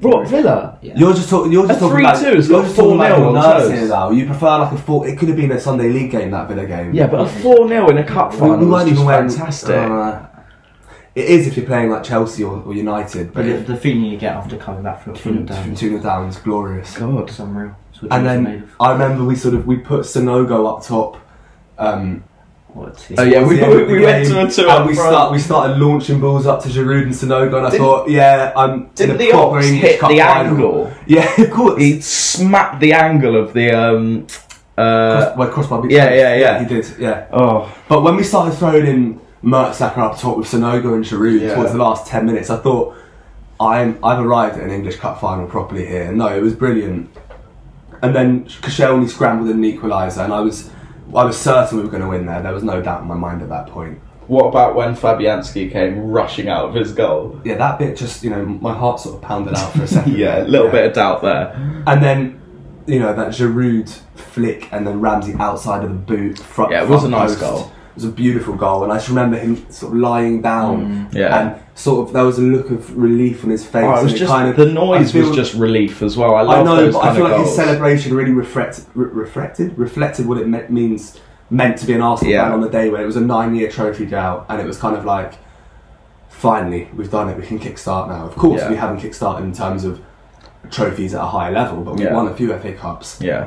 What Villa? Yeah. You're just talking. You're just A talking 3-2 about. has You're got just talking about 4-0 your on nerves toast. here, though. You prefer like a four. It could have been a Sunday league game. That Villa game. Yeah, but a four 0 in a cup We, final we was weren't just even wearing. fantastic. uh, it is if you're playing like Chelsea or, or United, but But if the, the feeling you get after coming back from a full down from is Tuna Down is glorious. God, unreal. It's what And dreams are made then of. I remember we sort of we put Sonogo up top. Um, What a team. Oh, yeah, towards we- the end we- of the we went game, to a two and up we front. start we started launching balls up to Giroud and Sonogo, and I Didn't- thought, yeah, I'm didn't in a the proper Ox English hit Cup the final. angle? Yeah, of course. he smacked the angle of the um. Uh, Cross- well, crossed by Big yeah, Sam. yeah, yeah. He did, yeah. oh, But when we started throwing in Mertzacker up top with Sonogo and Giroud Yeah. towards the last ten minutes, I thought, I'm I've arrived at an English Cup final properly here. No, it was brilliant. And then Koscielny scrambled in an equaliser, and I was I was certain we were going to win there. There was no doubt in my mind at that point. what about when Fabianski came rushing out of his goal? Yeah, that bit just you know my heart sort of pounded out for a second. Yeah, a little bit of doubt there. And then. You know that Giroud flick and then Ramsey outside of the boot. Front, Yeah, it was front a nice post. goal. It was a beautiful goal, and I just remember him sort of lying down. Mm. yeah. and sort of there was a look of relief on his face. Oh, it was and just kind of, the I noise feel- was just relief as well. I I love know, those but kind I feel of like his goals. celebration really reflect, re- reflected reflected what it me- means meant to be an Arsenal Yeah. fan on the day when it was a nine year trophy drought, and it was kind of like, finally, we've done it. We can kickstart now. Of course, Yeah. we haven't kickstarted in terms of trophies at a high level, but we have Yeah. won a few FA Cups. yeah,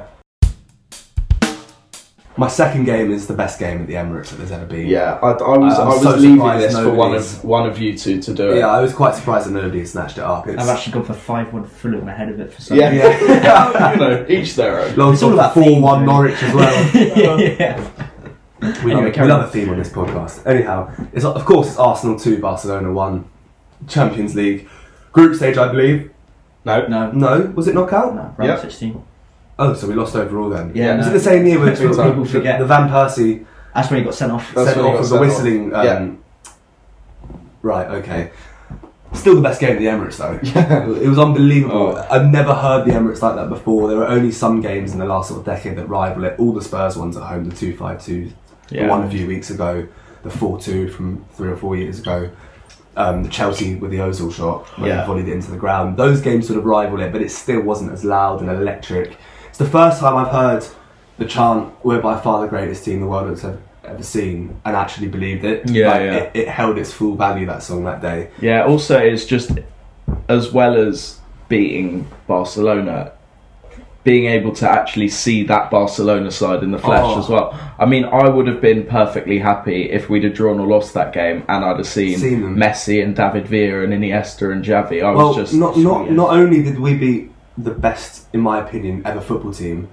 My second game is the best game at the Emirates that there's ever been. yeah. I, I was I I'm was so leaving surprised this for one nobody's- of one of you two to do it. Yeah, I was quite surprised that nobody had snatched it up. It's, I've actually gone for five one Fulham ahead of it for some. yeah. reason. yeah. you know, each their own. long It's all about four themes, one really. Norwich as well. yeah. We, Anyway, love, we carry love on. a theme on this podcast. Anyhow, it's of course it's Arsenal two, Barcelona one, Champions League, group stage, I believe. No, No. No, was it knockout? No. Round Yep. sixteen. Oh, so we lost overall then. Yeah, was no. it the same year with That's what people forget. the Van Persie That's when he got sent off. That's sent when he off got with the sent off. whistling? Um, Yeah. Right. um, Okay. Still the best game of the Emirates though. Yeah. It was unbelievable. Oh. I've never heard the Emirates like that before. There are only some games in the last sort of decade that rival it. All the Spurs ones at home, the two five two, Yeah. the one a few weeks ago, the four two from three or four years ago, um, the Chelsea with the Ozil shot when Yeah. he volleyed it into the ground. Those games sort of rival it, but it still wasn't as loud and electric. It's the first time I've heard the chant "We're by far the greatest team the world has ever- ever seen" and actually believed it. Yeah, Like, yeah. It, it held its full value that song that day. Yeah, also it's just as well as beating Barcelona, being able to actually see that Barcelona side in the flesh Oh. as well. I mean, I would have been perfectly happy if we'd have drawn or lost that game, and I'd have seen, Seen them. Messi and David Villa and Iniesta and Xavi. I well, was just not not Yeah. not only did we beat the best, in my opinion, ever football team.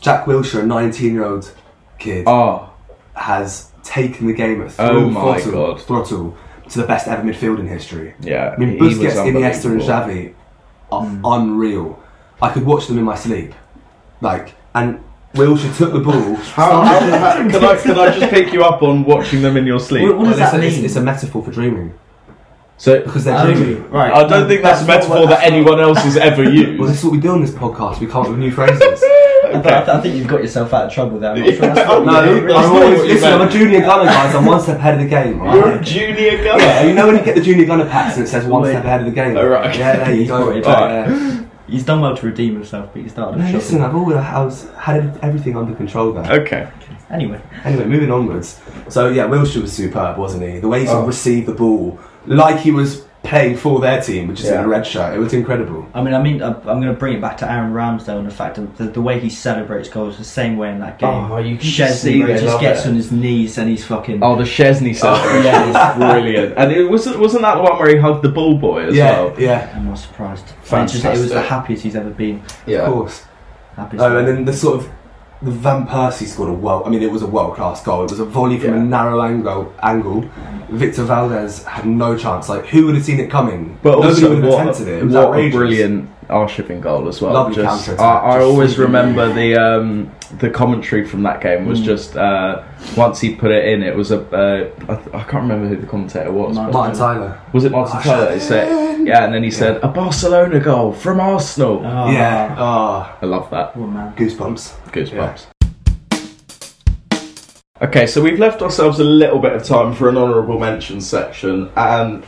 Jack Wilshere, a 19-year-old kid, Oh, has taken the game at full Oh my throttle, God. throttle to the best ever midfield in history. yeah. I mean, he was Busquets, Iniesta, and unbelievable. Xavi are Hmm. unreal. I could watch them in my sleep, like and. Wilshere took the ball. How, how, how- can, I, can I just pick you up on watching them in your sleep? What- what does Well, it's that a- it's- mean? It's a metaphor for dreaming So, because they're Um, dreaming. right. I don't think that's a not metaphor what- that anyone else has ever Well, used. this is what we do on this podcast. We come up with new phrases. I, Okay. th- I think you've got yourself out of trouble there. I'm not sure that's Oh, what No, Yeah, you that's I'm really- not always- what you listen, I'm a meant. junior gunner, guys. I'm one step ahead of the game. right? You're a junior guy. Yeah, you know when you get the junior gunner packs and it says one Wait. step ahead of the game. Oh, right. Yeah, there you He's go. brought it back. Yeah. He's done well to redeem himself, but he started No, off listen, shocking. I've always I was, had everything under control there. Okay. Anyway, Anyway, moving onwards. So yeah, Wilshere was superb, wasn't he? The way he sort Oh. of received the ball, like he was playing for their team, which is Yeah. in a red shirt. It was incredible. I mean, I mean, I'm, I'm going to bring it back to Aaron Ramsdale and the fact that the, the way he celebrates goals the same way in that game. Oh, you can Chesney, see where he they just love gets it. on his knees and he's fucking. Oh, the Chesney celebration was yeah. brilliant. And it wasn't wasn't that the one where he hugged the ball boy as yeah, well? yeah, I'm not surprised. And it's just- it was the Fantastic. happiest he's ever been. Yeah. of course. Happiest. Oh, and then the sort of the Van Persie scored a well. I mean, it was a world class goal. It was a volley from Yeah. a narrow angle. Angle. Victor Valdez had no chance. Like, who would have seen it coming? But Nobody also, would have what, attempted it. It was what a outrageous. brilliant Arshavin goal as well. Lovely Just- counter-attack. I, I Just always super remember the um, the commentary from that game was just uh, once he put it in, it was a uh, I, th- I can't remember who the commentator was. Martin. but- Martin Tyler. was it Martin Tyler? He said, yeah, and then he said a Barcelona goal from Arsenal. Oh, Yeah. Ah, I love that. What a man. goosebumps. Goosebumps. Okay, so we've left ourselves a little bit of time for an honourable mention section, and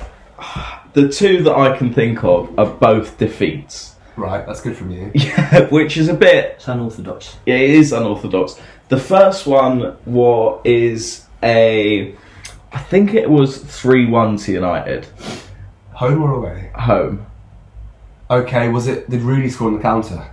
the two that I can think of are both defeats, Right, that's good from you. Yeah, which is a bit, It's unorthodox. yeah, it is unorthodox. The first one was is a, I think it was three one to United Home or away? home. Okay, was it? Did Rooney score on the counter?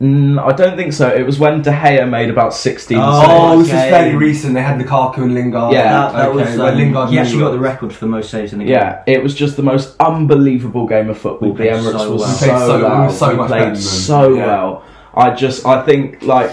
Mm, I don't think so. It was when De Gea made about sixteen. Oh, saves. this is okay. fairly recent. They had Lukaku and Lingard. Yeah. That, that okay. was. where Um, Lingard he actually and got the record for the most saves in the game. Yeah, it was just the most unbelievable game of football. We The played Emirates so was well. We so, played so- we were loud. so we much better played than so them, yeah. well. I just, I think, like,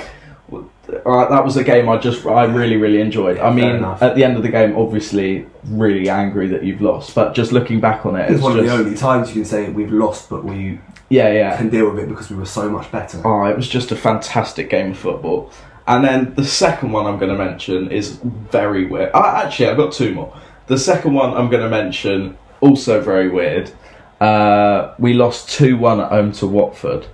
w- uh, that was a game I just, I really, really enjoyed. I Fair mean, enough. at the end of the game, obviously, really angry that you've lost, but just looking back on it, It's it's one of the just, only times you can say we've lost, but we yeah, yeah. can deal with it because we were so much better. Oh, it was just a fantastic game of football. And then the second one I'm going to mention is very weird. Ah, actually, I've got two more. The second one I'm going to mention, also very weird. Uh, we lost 2 1 at home to Watford.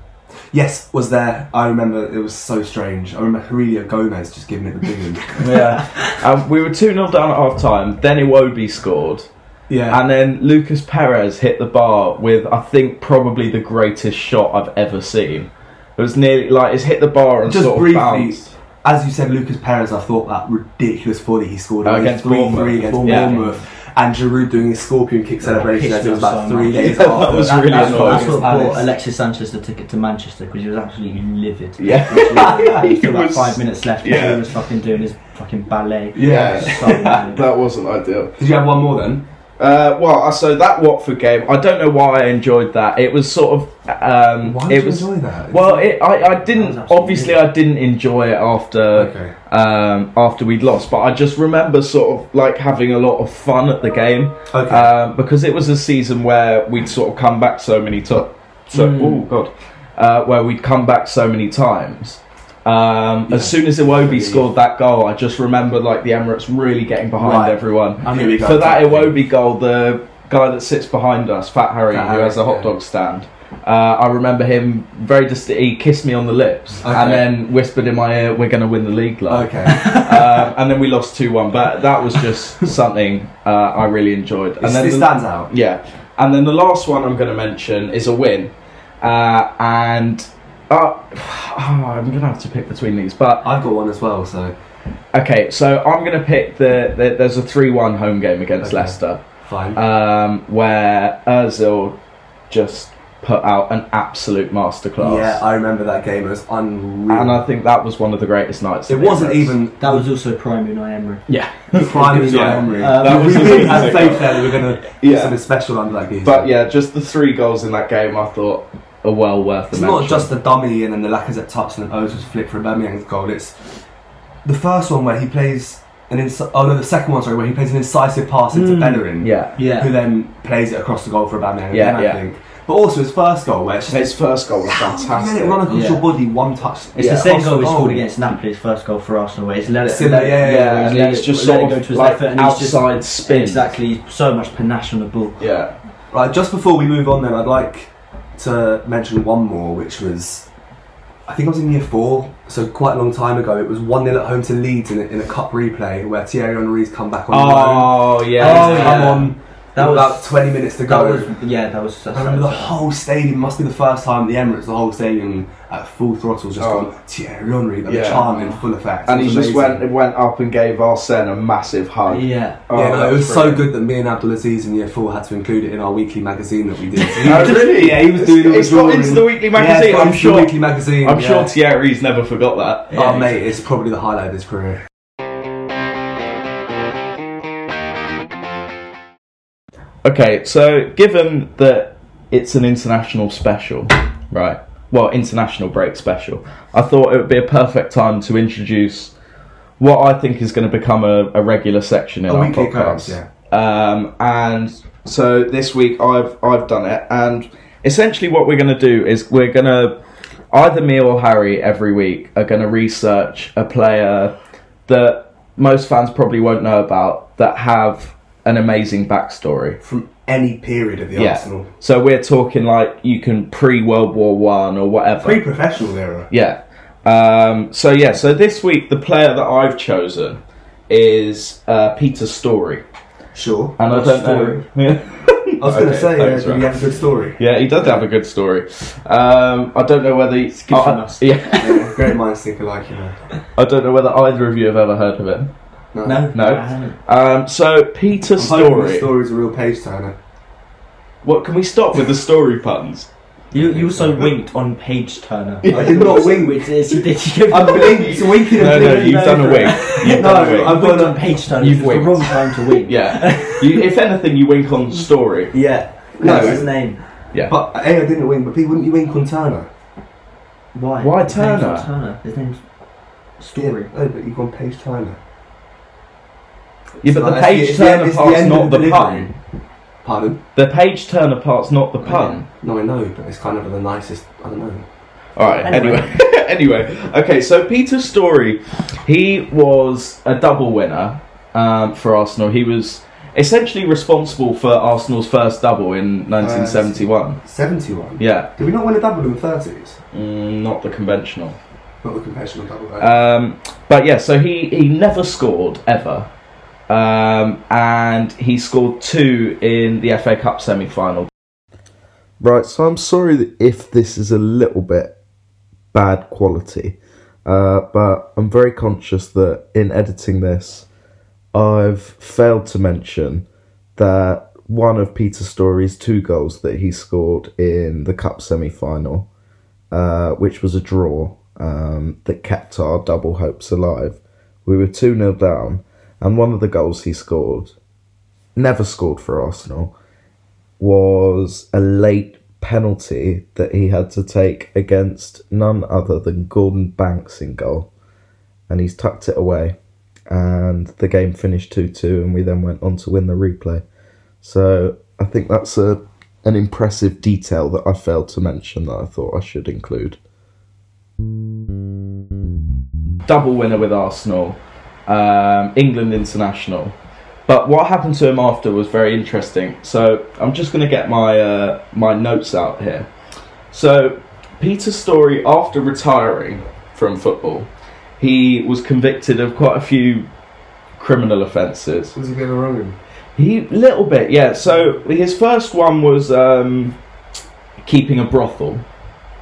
Yes, was there. I remember it was so strange. I remember Julio Gomez just giving it the boom. Yeah. um, we were 2 0 down at half time. Then Iwobi scored. yeah. And then Lucas Perez hit the bar with, I think, probably the greatest shot I've ever seen. It was nearly like it's hit the bar and Just sort of briefly, bounced. As you said, Lucas Perez, I thought that ridiculous volley he scored Oh, in against 3-3 Bournemouth. against Yeah. Bournemouth. And Giroud doing his scorpion kick celebration pissed as it was me off like so three much. days Yeah, that after. was really that's annoying. what That's what August bought Palace- Alexis Sanchez the ticket to Manchester because he was absolutely livid. Yeah. He's It got about was- five minutes left. yeah. Yeah. He was fucking doing his fucking ballet. Yeah. So mad. That wasn't ideal. Did you have one more then? Uh, well, I- so that Watford game, I don't know why I enjoyed that. It was sort of. Um, Why it did you was, enjoy that? Well, it, I, I That didn't. was absolutely Obviously, I didn't enjoy it after Okay. um, after we'd lost. But I just remember sort of like having a lot of fun at the game Okay. um, because it was a season where we'd sort of come back so many times. So, Hmm. oh god, uh, where we'd come back so many times. Um, As soon as Iwobi Yeah. scored that goal, I just remembered like the Emirates really getting behind Right. everyone. Here we go. For that Iwobi goal, the guy that sits behind us, Fat Harry, Fat who Harry, has a hot yeah. dog stand. Uh, I remember him very just. He kissed me on the lips Okay. and then whispered in my ear, "We're going to win the league, love." Okay. um, and then we lost two one. But that was just something uh, I really enjoyed. And It's- then it the- stands out. yeah. And then the last one I'm going to mention is a win. Uh, and uh, I'm going to have to pick between these. But I've got one as well, so okay, so I'm going to pick the, the. There's a 3 1 home game against Okay. Leicester fine. um, where Ozil just put out an absolute masterclass. yeah, I remember that game. It was unreal. and I think that was one of the greatest nights. it of the wasn't Euros. even That was also prime Unai Emery. Yeah. prime Yeah. Unai Emery. Uh, That was we the really thing. had faith there that we were going to Yeah. do something special under that game. But yeah, just the three goals in that game, I thought are well worth. It's the not mention. just the dummy and then the Lacazette touch and then oh, O's was flicked for Aubameyang's goal. It's the first one where he plays an inci- oh no the second one sorry where he plays an incisive pass into Mm. Bellerin yeah. who Yeah. then plays it across the goal for Aubameyang Yeah, again I yeah. think. But also his first goal where it's just His first goal was fantastic. fantastic. Minute run across Yeah. your body one touch. It's Yeah. Oh, the same across goal we scored goal. against Napoli, his first goal for Arsenal, where he's let it, Similar, yeah, yeah, yeah. Yeah, and then it's just let sort it go of to his like left foot and he's just- outside spin. Exactly, so much panache on the ball. Yeah. Right, just before we move on, then I'd like to mention one more, which was I think I was in year four, so quite a long time ago. It was one 0 at home to Leeds in a, in a cup replay where Thierry Henry's come back on. loan. Oh yeah. And he's yeah. come on That with was- about twenty minutes to That go. was, yeah, that was. I remember the whole stadium. Must be the first time at the Emirates, the whole stadium at full throttle, just Oh. gone Thierry Henry, like Yeah. chanting in full effect. And It he was just amazing. went went up and gave Arsene a massive hug. yeah. Oh, yeah, no, that it was so brilliant. good that me and Abdul Aziz in year four had to include it in our weekly magazine that we did. Oh, really? Yeah, he was doing all It's the got drawing. into the weekly Yeah, it's magazine, got I'm into sure. The weekly magazine. I'm yeah. sure Thierry's never forgot that. Oh, Yeah. mate, it's probably the highlight of his career. Okay, so given that it's an international special, right? Well, international break special. I thought it would be a perfect time to introduce what I think is going to become a, a regular section in A our weekly occurrence, podcast. Um, and so this week I've I've done it, and essentially what we're going to do is we're going to either me or Harry every week are going to research a player that most fans probably won't know about that have an amazing backstory. From any period of the Arsenal. So we're talking like you can pre World War One or whatever. Pre professional era. yeah. Um, so yeah. So this week the player that I've chosen is uh, Peter Story, Sure. and I What don't story? know. I was going to Okay, say, thanks, uh, did Ralph. he have a good story? yeah, he does have a good story. Um, I don't know whether it's good for us. Yeah, Yeah, great minds think alike, you know. I don't know whether either of you have ever heard of him. No, No. I haven't. Um, so Peter I'm hoping Story. the story's a real page turner. What can we stop with the story puns? You, you also winked on Page Turner. I did not wink. Which is, you did you I'm winking, it's winking and No, no, blinking you've done a over. wink. You've No, done a wink. I've winked got on Page Turner. You've It's the winked. wrong time to wink. Yeah. You, if anything, you wink on story. Yeah. No. That's his name. Yeah. But A, I didn't wink, but B, wouldn't you wink on Turner? Why? Why His name's Turner? not Turner. His name's Story. Yeah, no, but you've gone page Turner. Yeah, but Like, the that's page it's turner it's part's end of not the delivery. pun. Pardon? The page turner part's not the pun. No, I know, but it's kind of the nicest. I don't know. All right. Anyway. Anyway. anyway. Okay. So Peter Story, he was a double winner um, for Arsenal. He was essentially responsible for Arsenal's first double in 1971. 71. Yeah. Did we not win a double in the 30s? Mm, not the conventional. Not the conventional double. though. Um, but yeah, so he, he never scored ever. Um, and he scored two in the FA Cup semi final. Right, so I'm sorry that if this is a little bit bad quality, uh, but I'm very conscious that in editing this, I've failed to mention that one of Peter Story's two goals that he scored in the Cup semi final uh, which was a draw um, that kept our double hopes alive. We were 2 0 down, and one of the goals he scored, never scored for Arsenal, was a late penalty that he had to take against none other than Gordon Banks in goal. And he's tucked it away, and the game finished 2 2, and we then went on to win the replay. So I think that's a an impressive detail that I failed to mention that I thought I should include. Double winner with Arsenal, um, England international, But what happened to him after was very interesting. So I'm just going to get my uh, my notes out here. So Peter's story after retiring from football, he was convicted of quite a few criminal offences. Was he going wrong? He little bit, yeah. So his first one was um, keeping a brothel.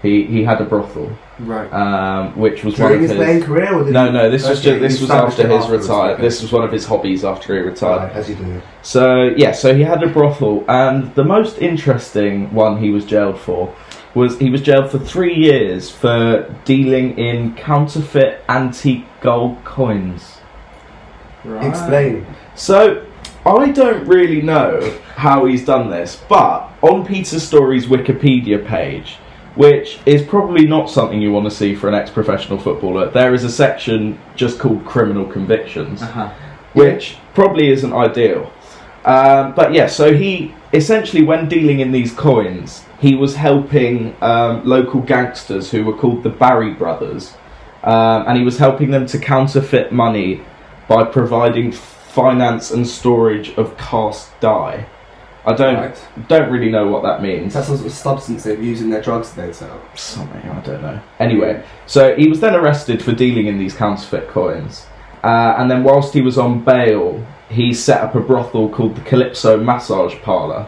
He he had a brothel, Right. um, which was one During of his his. playing career, or did No, he- no. This was Okay, just, this he was established after it his afterwards, retire. okay. This was one of his hobbies after he retired. Right, as you do. So yeah, so he had a brothel, and the most interesting one he was jailed for was he was jailed for three years for dealing in counterfeit antique gold coins. Right. Explain. So I don't really know how he's done this, but on Peter Story's Wikipedia page, which is probably not something you want to see for an ex-professional footballer, there is a section just called criminal convictions Uh-huh. which probably isn't ideal. Um, but yeah, so he essentially, when dealing in these coins, he was helping um, local gangsters who were called the Barry Brothers, um, and he was helping them to counterfeit money by providing finance and storage of cast dye. I don't Right. don't really know what that means. Is that some sort of substance they've used in their drugs they sell? Something, I don't know. Anyway, so he was then arrested for dealing in these counterfeit coins. Uh, and then, whilst he was on bail, he set up a brothel called the Calypso Massage Parlour.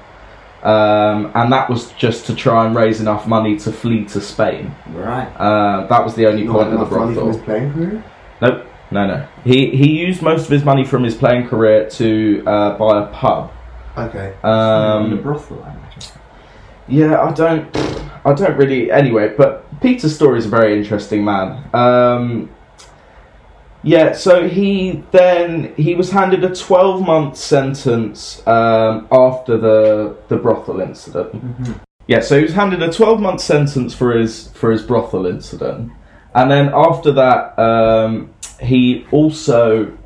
Um, and that was just to try and raise enough money to flee to Spain. Right. Uh, that was the only Not point of the enough money from brothel. his playing career? Nope, no, no. He, he used most of his money from his playing career to uh, buy a pub. Okay. Um, the brothel, I imagine. Yeah, I don't. I don't really. Anyway, but Peter Story's a very interesting man. Um, yeah, so he then he was handed a twelve month sentence um, after the the brothel incident. Yeah, so he was handed a twelve month sentence for his for his brothel incident, and then after that, um, he also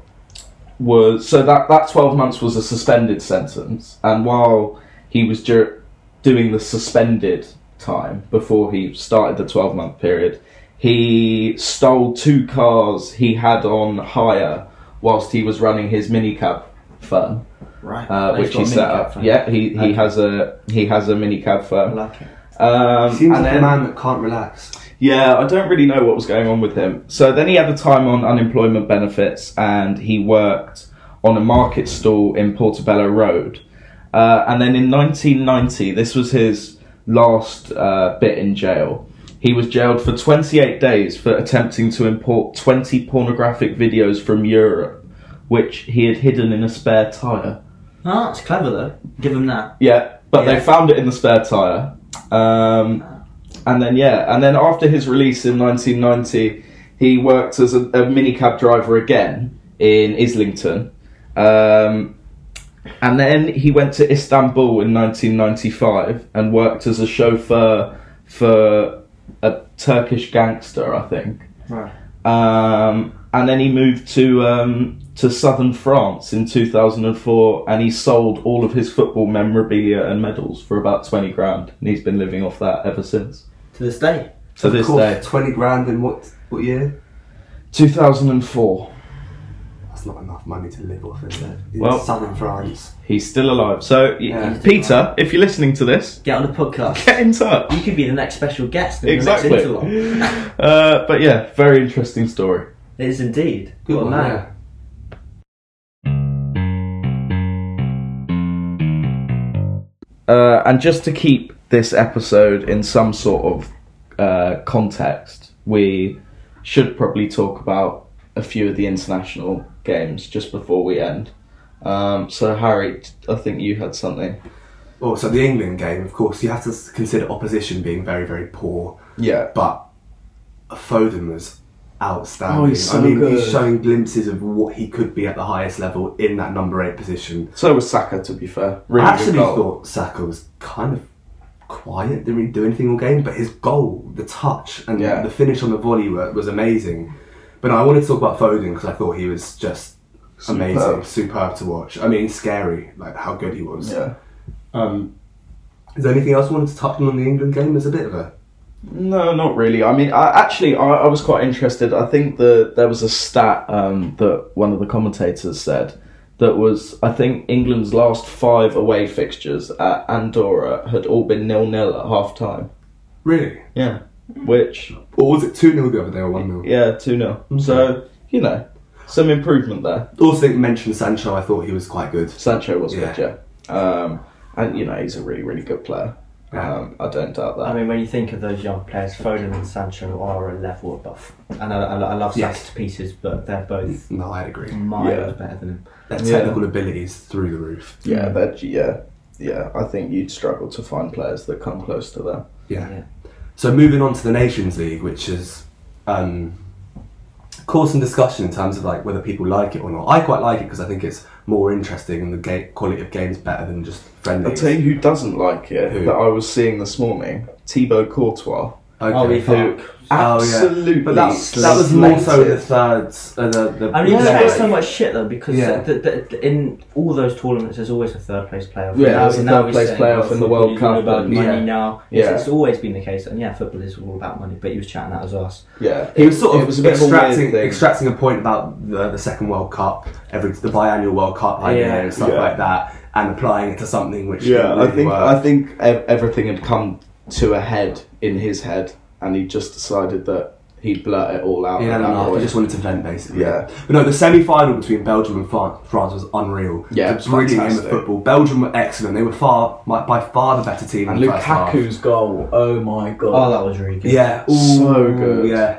was so that that twelve months was a suspended sentence, and while he was dur- doing the suspended time before he started the 12 month period, he stole two cars he had on hire whilst he was running his minicab firm, Right. uh, They've which Oh, got he a set minicab up. for Yeah, he, he Okay. has a he has a minicab I firm. like it. Um, Seems and like a then- man that can't relax. yeah, I don't really know what was going on with him. So then he had a time on unemployment benefits and he worked on a market stall in Portobello Road. Uh, and then in 1990, this was his last uh, bit in jail. He was jailed for 28 days for attempting to import 20 pornographic videos from Europe, which he had hidden in a spare tyre. Oh, that's clever though. Give him that. Yeah, but Yeah. they found it in the spare tire. Um, and then yeah, and then after his release in 1990, he worked as a, a minicab driver again in Islington. Um, and then he went to Istanbul in 1995 and worked as a chauffeur for a Turkish gangster, I think. Right. Um, and then he moved to um, to southern France in 2004, and he sold all of his football memorabilia and medals for about 20 grand, and he's been living off that ever since To this day. to of this course, day. 20 grand in what, what year? 2004, That's not enough money to live off in there. In Well- southern France. he's still alive. So, y- Yeah. Peter, if you're listening to this, Get on the podcast. get in touch. You could be the next special guest in the next interlock. Exactly. uh, but yeah, very interesting story. It is indeed. what a one, man. yeah. Uh, and just to keep this episode in some sort of uh, context, we should probably talk about a few of the international games just before we end. Um, so, Harry, t- I think you had something. Oh, so the England game, of course, you have to s- consider opposition being very, very poor. Yeah. But Foden was outstanding. Oh, he's so I mean, good. he's showing glimpses of what he could be at the highest level in that number eight position. So was Saka, to be fair. I Really good actually goal. thought Saka was kind of quiet, didn't really do anything all game, but his goal, the touch, and Yeah. the finish on the volley were, was amazing. But I wanted to talk about Foden because I thought he was just amazing, Superb. superb to watch. I mean, scary, like how good he was. Yeah. Um, is there anything else you wanted to touch on in the England game? There's a bit of a No, not really. I mean, I, actually, I, I was quite interested. I think the there was a stat um, that one of the commentators said that was, I think, England's last five away fixtures at Andorra had all been nil nil at half time. Really? Yeah. Which, Or was it 2 0 the other day or 1 0? yeah, 2 0. Mm-hmm. So, you know, some improvement there. Also, think mentioned Sancho, I thought he was quite good. Sancho was yeah. Yeah. good, yeah. Um, and, you know, he's a really, really good player. Um, I don't doubt that. I mean, when you think of those young players, Foden and Sancho are a level above. And I, I, I love Sass Yes. to pieces, but they're both No, I'd agree. miles Yeah. better than him. Their Yeah. technical abilities through the roof. yeah, mm. that, yeah, yeah. I think you'd struggle to find players that come close to them. Yeah. Yeah. So moving on to the Nations League, which has um, caused some discussion in terms of like whether people like it or not. I quite like it because I think it's more interesting and the ga- quality of games better than just friendly. I'll tell you who doesn't like it Who? that I was seeing this morning Thibaut Courtois. Oh, we Who fuck. absolutely. Oh, But that's, that was more so slated. the third. Uh, the, the I mean, Yeah. you Yeah. get so much shit though because Yeah. uh, the, the, the- in all those tournaments, there's always a third place playoff. Yeah, Now- there's a now third we're place saying, playoff well, in the football World is Cup, all about but- money Yeah. now. It's, Yeah. it's always been the case, and yeah, football is all about money. But he was chatting that as us. Yeah, He was sort of It was a bit of a weird extracting, thing. extracting a point about the, the second World Cup, every the biannual World Cup idea Yeah. and stuff Yeah. like that, and applying it to something which Yeah, didn't I really think work. I think ev- everything had come to a head in his head, and he just decided that he'd blurt it all out. Yeah, at no, that no, I point. just wanted to vent basically. Yeah. But no, the semi final between Belgium and France, France was unreal. Yeah, It's it a was brilliant game fantastic. of football. Belgium were excellent. They were far, my, by far the better team. and in the first half. Lukaku's goal. Oh my Oh, god! that was really good. Yeah, So Ooh, good. Yeah,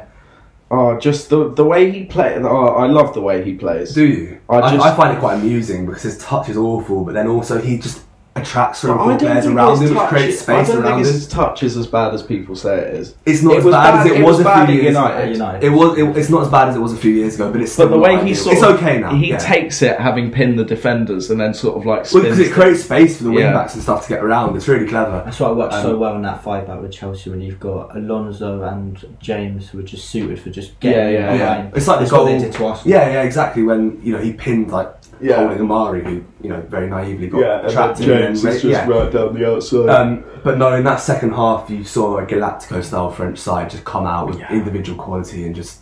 Oh, just the the way he played. Oh, I love the way he plays. do you? I I, just- I find it quite amusing because his touch is awful, but then also he just attracts But sort of players around him, which creates I space don't around think him. his touch is as bad as people say it is. It's not it as was bad, as bad- it, it was, was a bad few at years United. United. It was. It, it's not as bad as it was a few years ago, but it's still But the way not he ideal. sort it's of- okay now. he yeah. takes it having pinned the defenders and then sort of like well spins. because it creates space for the wing Yeah. backs and stuff to get around. It's really clever. That's why it worked Um, so well in that five back with Chelsea when you've got Alonso and James who were just suited for just Yeah, getting yeah, in the Yeah, line. it's like the That's goal. what they did to us. Yeah, yeah, exactly. When you know he pinned like Yeah. holding Amari, who you know very naively got trapped. in and, yeah. right down the outside. Um, but no, in that second half, you saw a Galactico-style French side just come out with individual quality and just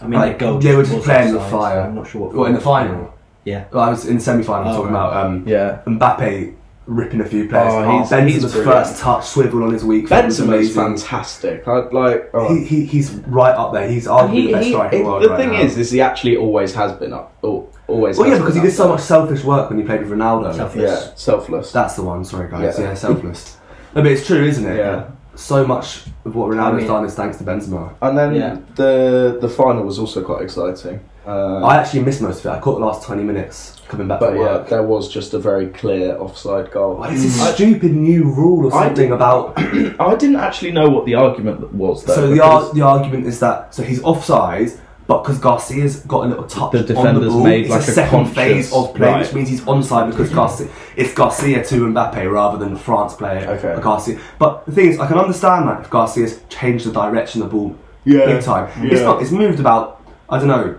I mean, like, the goal they were just was playing with offside, fire. so I'm not sure what. Well, in the final, Yeah. well, I was in the semi-final. I'm Oh, talking right. about um, yeah. Mbappe ripping a few players. Oh, apart. he's- he's Benzema's brilliant. first touch swivel on his weak foot was Benzema's amazing. fantastic. I like. Oh. He, he, he's right up there. He's arguably He- the best he- striker in the world the right thing now. is, is he actually always has been up. al- Always. well, has yeah, because he been did up so there. much selfish work when he played with Ronaldo. Selfless. Yeah, selfless. That's the one, sorry guys. Yeah. Yeah, selfless. No, but it's true, isn't it? Yeah. So much of what Ronaldo's I mean- done is thanks to Benzema. and then Yeah. the the final was also quite exciting. Uh, I actually missed most of it. I caught the last 20 minutes coming back but from yeah, work. there was just a very clear offside goal. What is this stupid new rule or Mm. I something didn't- about? I didn't actually know what the argument was though. Mm. So the because ar- the argument is that so he's offside, but because Garcia's got a little touch The on the defenders ball, made it's like a a second conscious- phase of play, which right. means he's onside because Garcia it's Garcia to Mbappe rather than the France player Okay. Garcia. But the thing is, I can understand that if Garcia's changed the direction of the ball Yeah, big time. It's yeah. not. It's moved about I don't know,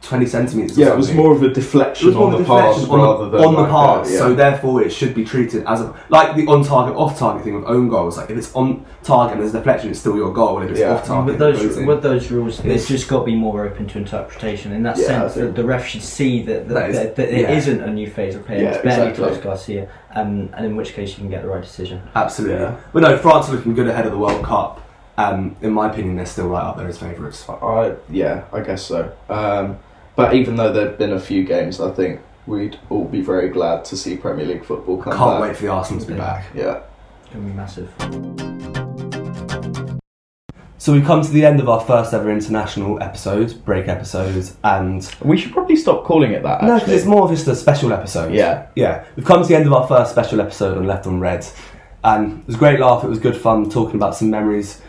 twenty centimeters. Or yeah, it was something. more of a It deflection was more on the deflection pass on the- rather than on the like a- pass, yeah. so therefore it should be treated as a like the on target, off target thing with own goals. Like if it's on target and there's deflection, it's still your goal. If it's Yeah. off target, With it those, goes in. with those rules, it's just got to be more open to interpretation. In that Yeah, I sense, think- that the ref should see that, that, That is- that, that it yeah. not a new phase of play. Yeah, it's barely exactly. close Garcia, um, and, and in which case you can get the right decision. absolutely. Yeah. But no, France are looking good ahead of the World Cup. Um, in my opinion, they're still right up there as favourites. I yeah, I guess so. Um, but even though there'd been a few games, I think we'd all be very glad to see Premier League football come Can't back. wait for the Arsenal to be back. Yeah. It's gonna be massive. So we've come to the end of our first ever international episode, break episodes, and We should probably stop calling it that. No, 'cause Actually. it's more of just a special episode. Yeah. Yeah. We've come to the end of our first special episode on Left on Red. And it was a great laugh, it was good fun talking about some memories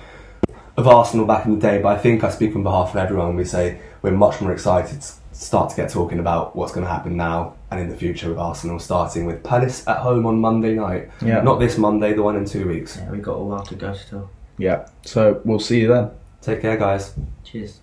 of Arsenal back in the day. But I think I speak on behalf of everyone when we say we're much more excited to start to get talking about what's going to happen now and in the future with Arsenal, starting with Palace at home on Monday night. Yeah. Not this Monday, the one in two weeks. Yeah, we've got a while to go still. yeah. So we'll see you then. Take care, guys. Cheers.